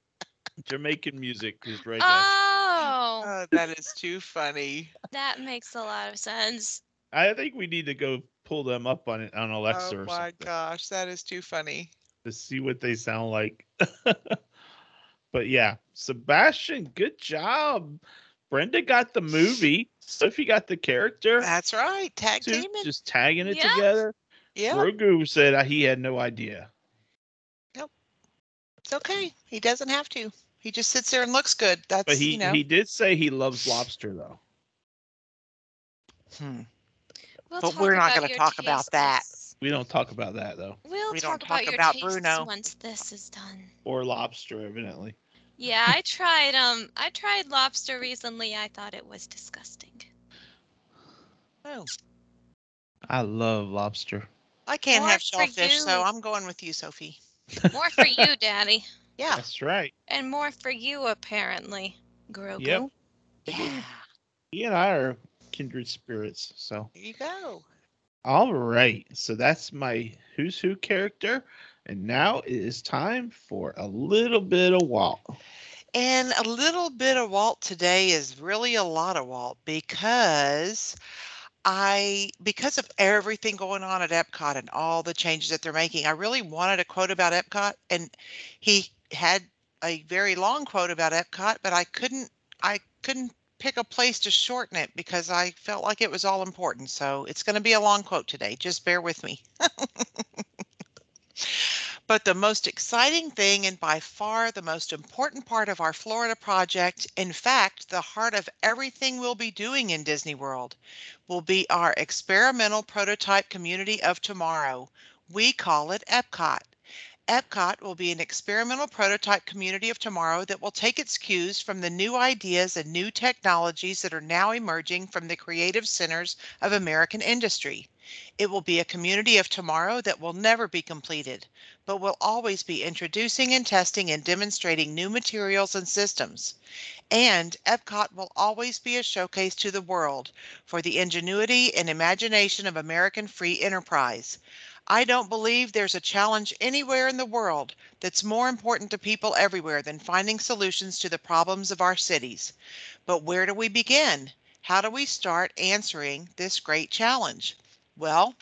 Speaker 2: jamaican music is reggae
Speaker 4: Uh,
Speaker 3: Oh,
Speaker 4: Oh, that is too funny.
Speaker 3: that makes a lot of sense.
Speaker 2: i think we need to go pull them up on it on alexa
Speaker 4: oh
Speaker 2: or
Speaker 4: my
Speaker 2: something
Speaker 4: gosh, that is too funny.
Speaker 2: to see what they sound like but yeah sebastian good job brenda got the movie sophie got the character
Speaker 4: That's right. Tag
Speaker 2: two,
Speaker 4: teaming.
Speaker 2: just tagging it
Speaker 3: Yeah.
Speaker 2: together.
Speaker 4: yeah,
Speaker 2: Grogu said he had no idea.
Speaker 4: it's okay. He doesn't have to. He just sits there and looks good. That's
Speaker 2: But he
Speaker 4: you know.
Speaker 2: he did say he loves lobster though.
Speaker 4: Hmm.
Speaker 3: We'll
Speaker 4: But
Speaker 3: talk
Speaker 4: we're not
Speaker 3: about
Speaker 4: gonna
Speaker 3: your
Speaker 4: talk about that.
Speaker 3: tastes.
Speaker 2: We don't talk about that though.
Speaker 3: We'll
Speaker 4: We don't
Speaker 3: talk,
Speaker 4: talk
Speaker 3: about your
Speaker 4: about
Speaker 3: tastes
Speaker 4: Bruno.
Speaker 3: once this is done.
Speaker 2: Or lobster, evidently.
Speaker 3: Yeah, I tried um I tried lobster recently. I thought it was disgusting.
Speaker 4: Oh,
Speaker 2: I love lobster.
Speaker 4: I can't
Speaker 3: More
Speaker 4: have
Speaker 3: for
Speaker 4: shellfish, so
Speaker 3: you.
Speaker 4: I'm going with you, Sophie.
Speaker 3: More for you, Daddy,
Speaker 4: Yeah.
Speaker 2: That's right.
Speaker 3: and more for you apparently, Grogu.
Speaker 2: Yep.
Speaker 4: Yeah.
Speaker 2: He and I are kindred spirits. So
Speaker 4: There you go.
Speaker 2: all right. So that's my who's who character. And now it is time for a little bit of Walt.
Speaker 4: And a little bit of Walt today is really a lot of Walt because I because of everything going on at Epcot and all the changes that they're making, I really wanted a quote about Epcot and he had a very long quote about Epcot, but I couldn't I couldn't pick a place to shorten it because I felt like it was all important. So it's going to be a long quote today. Just bear with me. But the most exciting thing, and by far the most important part of our Florida project, in fact, the heart of everything we'll be doing in Disney World, will be our experimental prototype community of tomorrow. We call it Epcot. Epcot will be an experimental prototype community of tomorrow that will take its cues from the new ideas and new technologies that are now emerging from the creative centers of American industry. It will be a community of tomorrow that will never be completed but will always be introducing and testing and demonstrating new materials and systems. And Epcot will always be a showcase to the world for the ingenuity and imagination of American free enterprise. I don't believe there's a challenge anywhere in the world that's more important to people everywhere than finding solutions to the problems of our cities. But where do we begin? How do we start answering this great challenge? Well,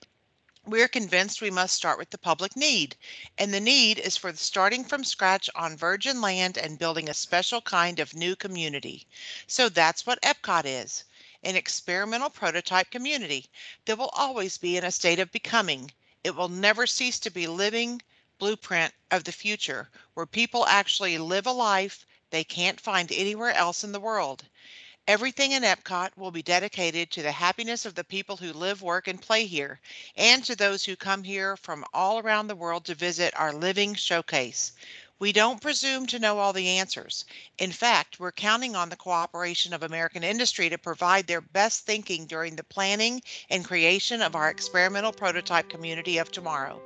Speaker 4: we're convinced we must start with the public need, and the need is for starting from scratch on virgin land and building a special kind of new community. So that's what Epcot is an experimental prototype community that will always be in a state of becoming. It will never cease to be living blueprint of the future where people actually live a life they can't find anywhere else in the world. Everything in Epcot will be dedicated to the happiness of the people who live, work, and play here, and to those who come here from all around the world to visit our living showcase. We don't presume to know all the answers. In fact, we're counting on the cooperation of American industry to provide their best thinking during the planning and creation of our experimental prototype community of tomorrow.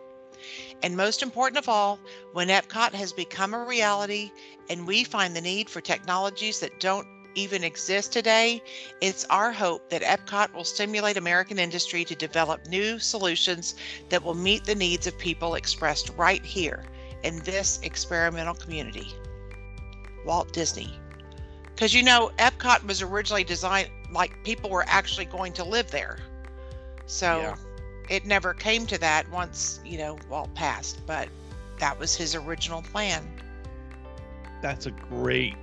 Speaker 4: And most important of all, when Epcot has become a reality and we find the need for technologies that don't even exist today, it's our hope that Epcot will stimulate American industry to develop new solutions that will meet the needs of people expressed right here in this experimental community. Walt Disney. Because you know, Epcot was originally designed like people were actually going to live there. So
Speaker 2: Yeah.
Speaker 4: it never came to that once, you know, Walt passed, but that was his original plan.
Speaker 2: That's a great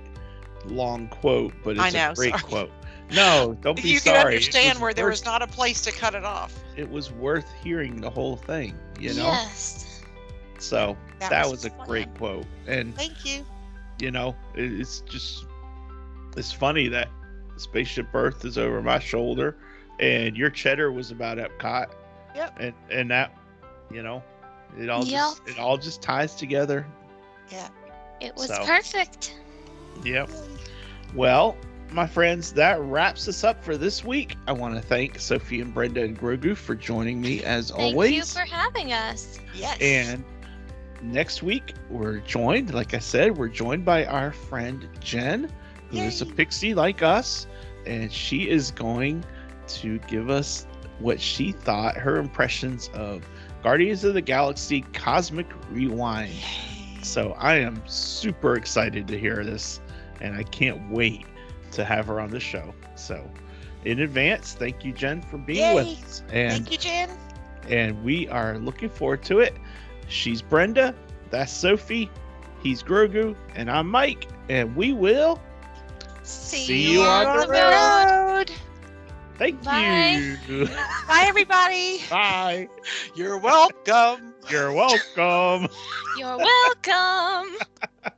Speaker 2: long quote, but it's
Speaker 4: I know,
Speaker 2: a great
Speaker 4: sorry.
Speaker 2: quote. No, don't be
Speaker 4: you
Speaker 2: sorry.
Speaker 4: can
Speaker 2: It
Speaker 4: understand
Speaker 2: was
Speaker 4: where there
Speaker 2: worth-
Speaker 4: was not a place to cut it off.
Speaker 2: It was worth hearing the whole thing, you know.
Speaker 3: Yes.
Speaker 2: So
Speaker 4: That
Speaker 2: that,
Speaker 4: was
Speaker 2: was, a great
Speaker 4: fun.
Speaker 2: quote, and
Speaker 4: Thank you.
Speaker 2: you know, it, it's just it's funny that Spaceship Earth is over my shoulder, and your cheddar was about Epcot.
Speaker 4: Yep.
Speaker 2: And and that, you know, it all
Speaker 3: Yep.
Speaker 2: just it all just ties together.
Speaker 3: It was
Speaker 2: So.
Speaker 3: perfect.
Speaker 2: Yep. Well, my friends, that wraps us up for this week. I want to thank Sophie and Brenda and Grogu for joining me as
Speaker 3: Thank you
Speaker 2: always.
Speaker 3: for having us.
Speaker 4: Yes.
Speaker 2: and next week we're joined, like I said, we're joined by our friend Jen, who is a
Speaker 4: Yay.
Speaker 2: pixie like us, and she is going to give us what she thought her impressions of Guardians of the Galaxy Cosmic Rewind.
Speaker 4: Yay.
Speaker 2: So I am super excited to hear this, and I can't wait to have her on the show. So, in advance, thank you, Jen, for being
Speaker 4: Yay.
Speaker 2: with us, and
Speaker 4: Thank you, Jen.
Speaker 2: and we are looking forward to it. She's Brenda, that's Sophie, he's Grogu, and I'm Mike, and we will.
Speaker 3: See,
Speaker 2: See you on the road. Thank
Speaker 3: Bye.
Speaker 2: you.
Speaker 4: Bye, everybody.
Speaker 2: Bye.
Speaker 4: You're welcome.
Speaker 2: You're welcome.
Speaker 3: You're welcome.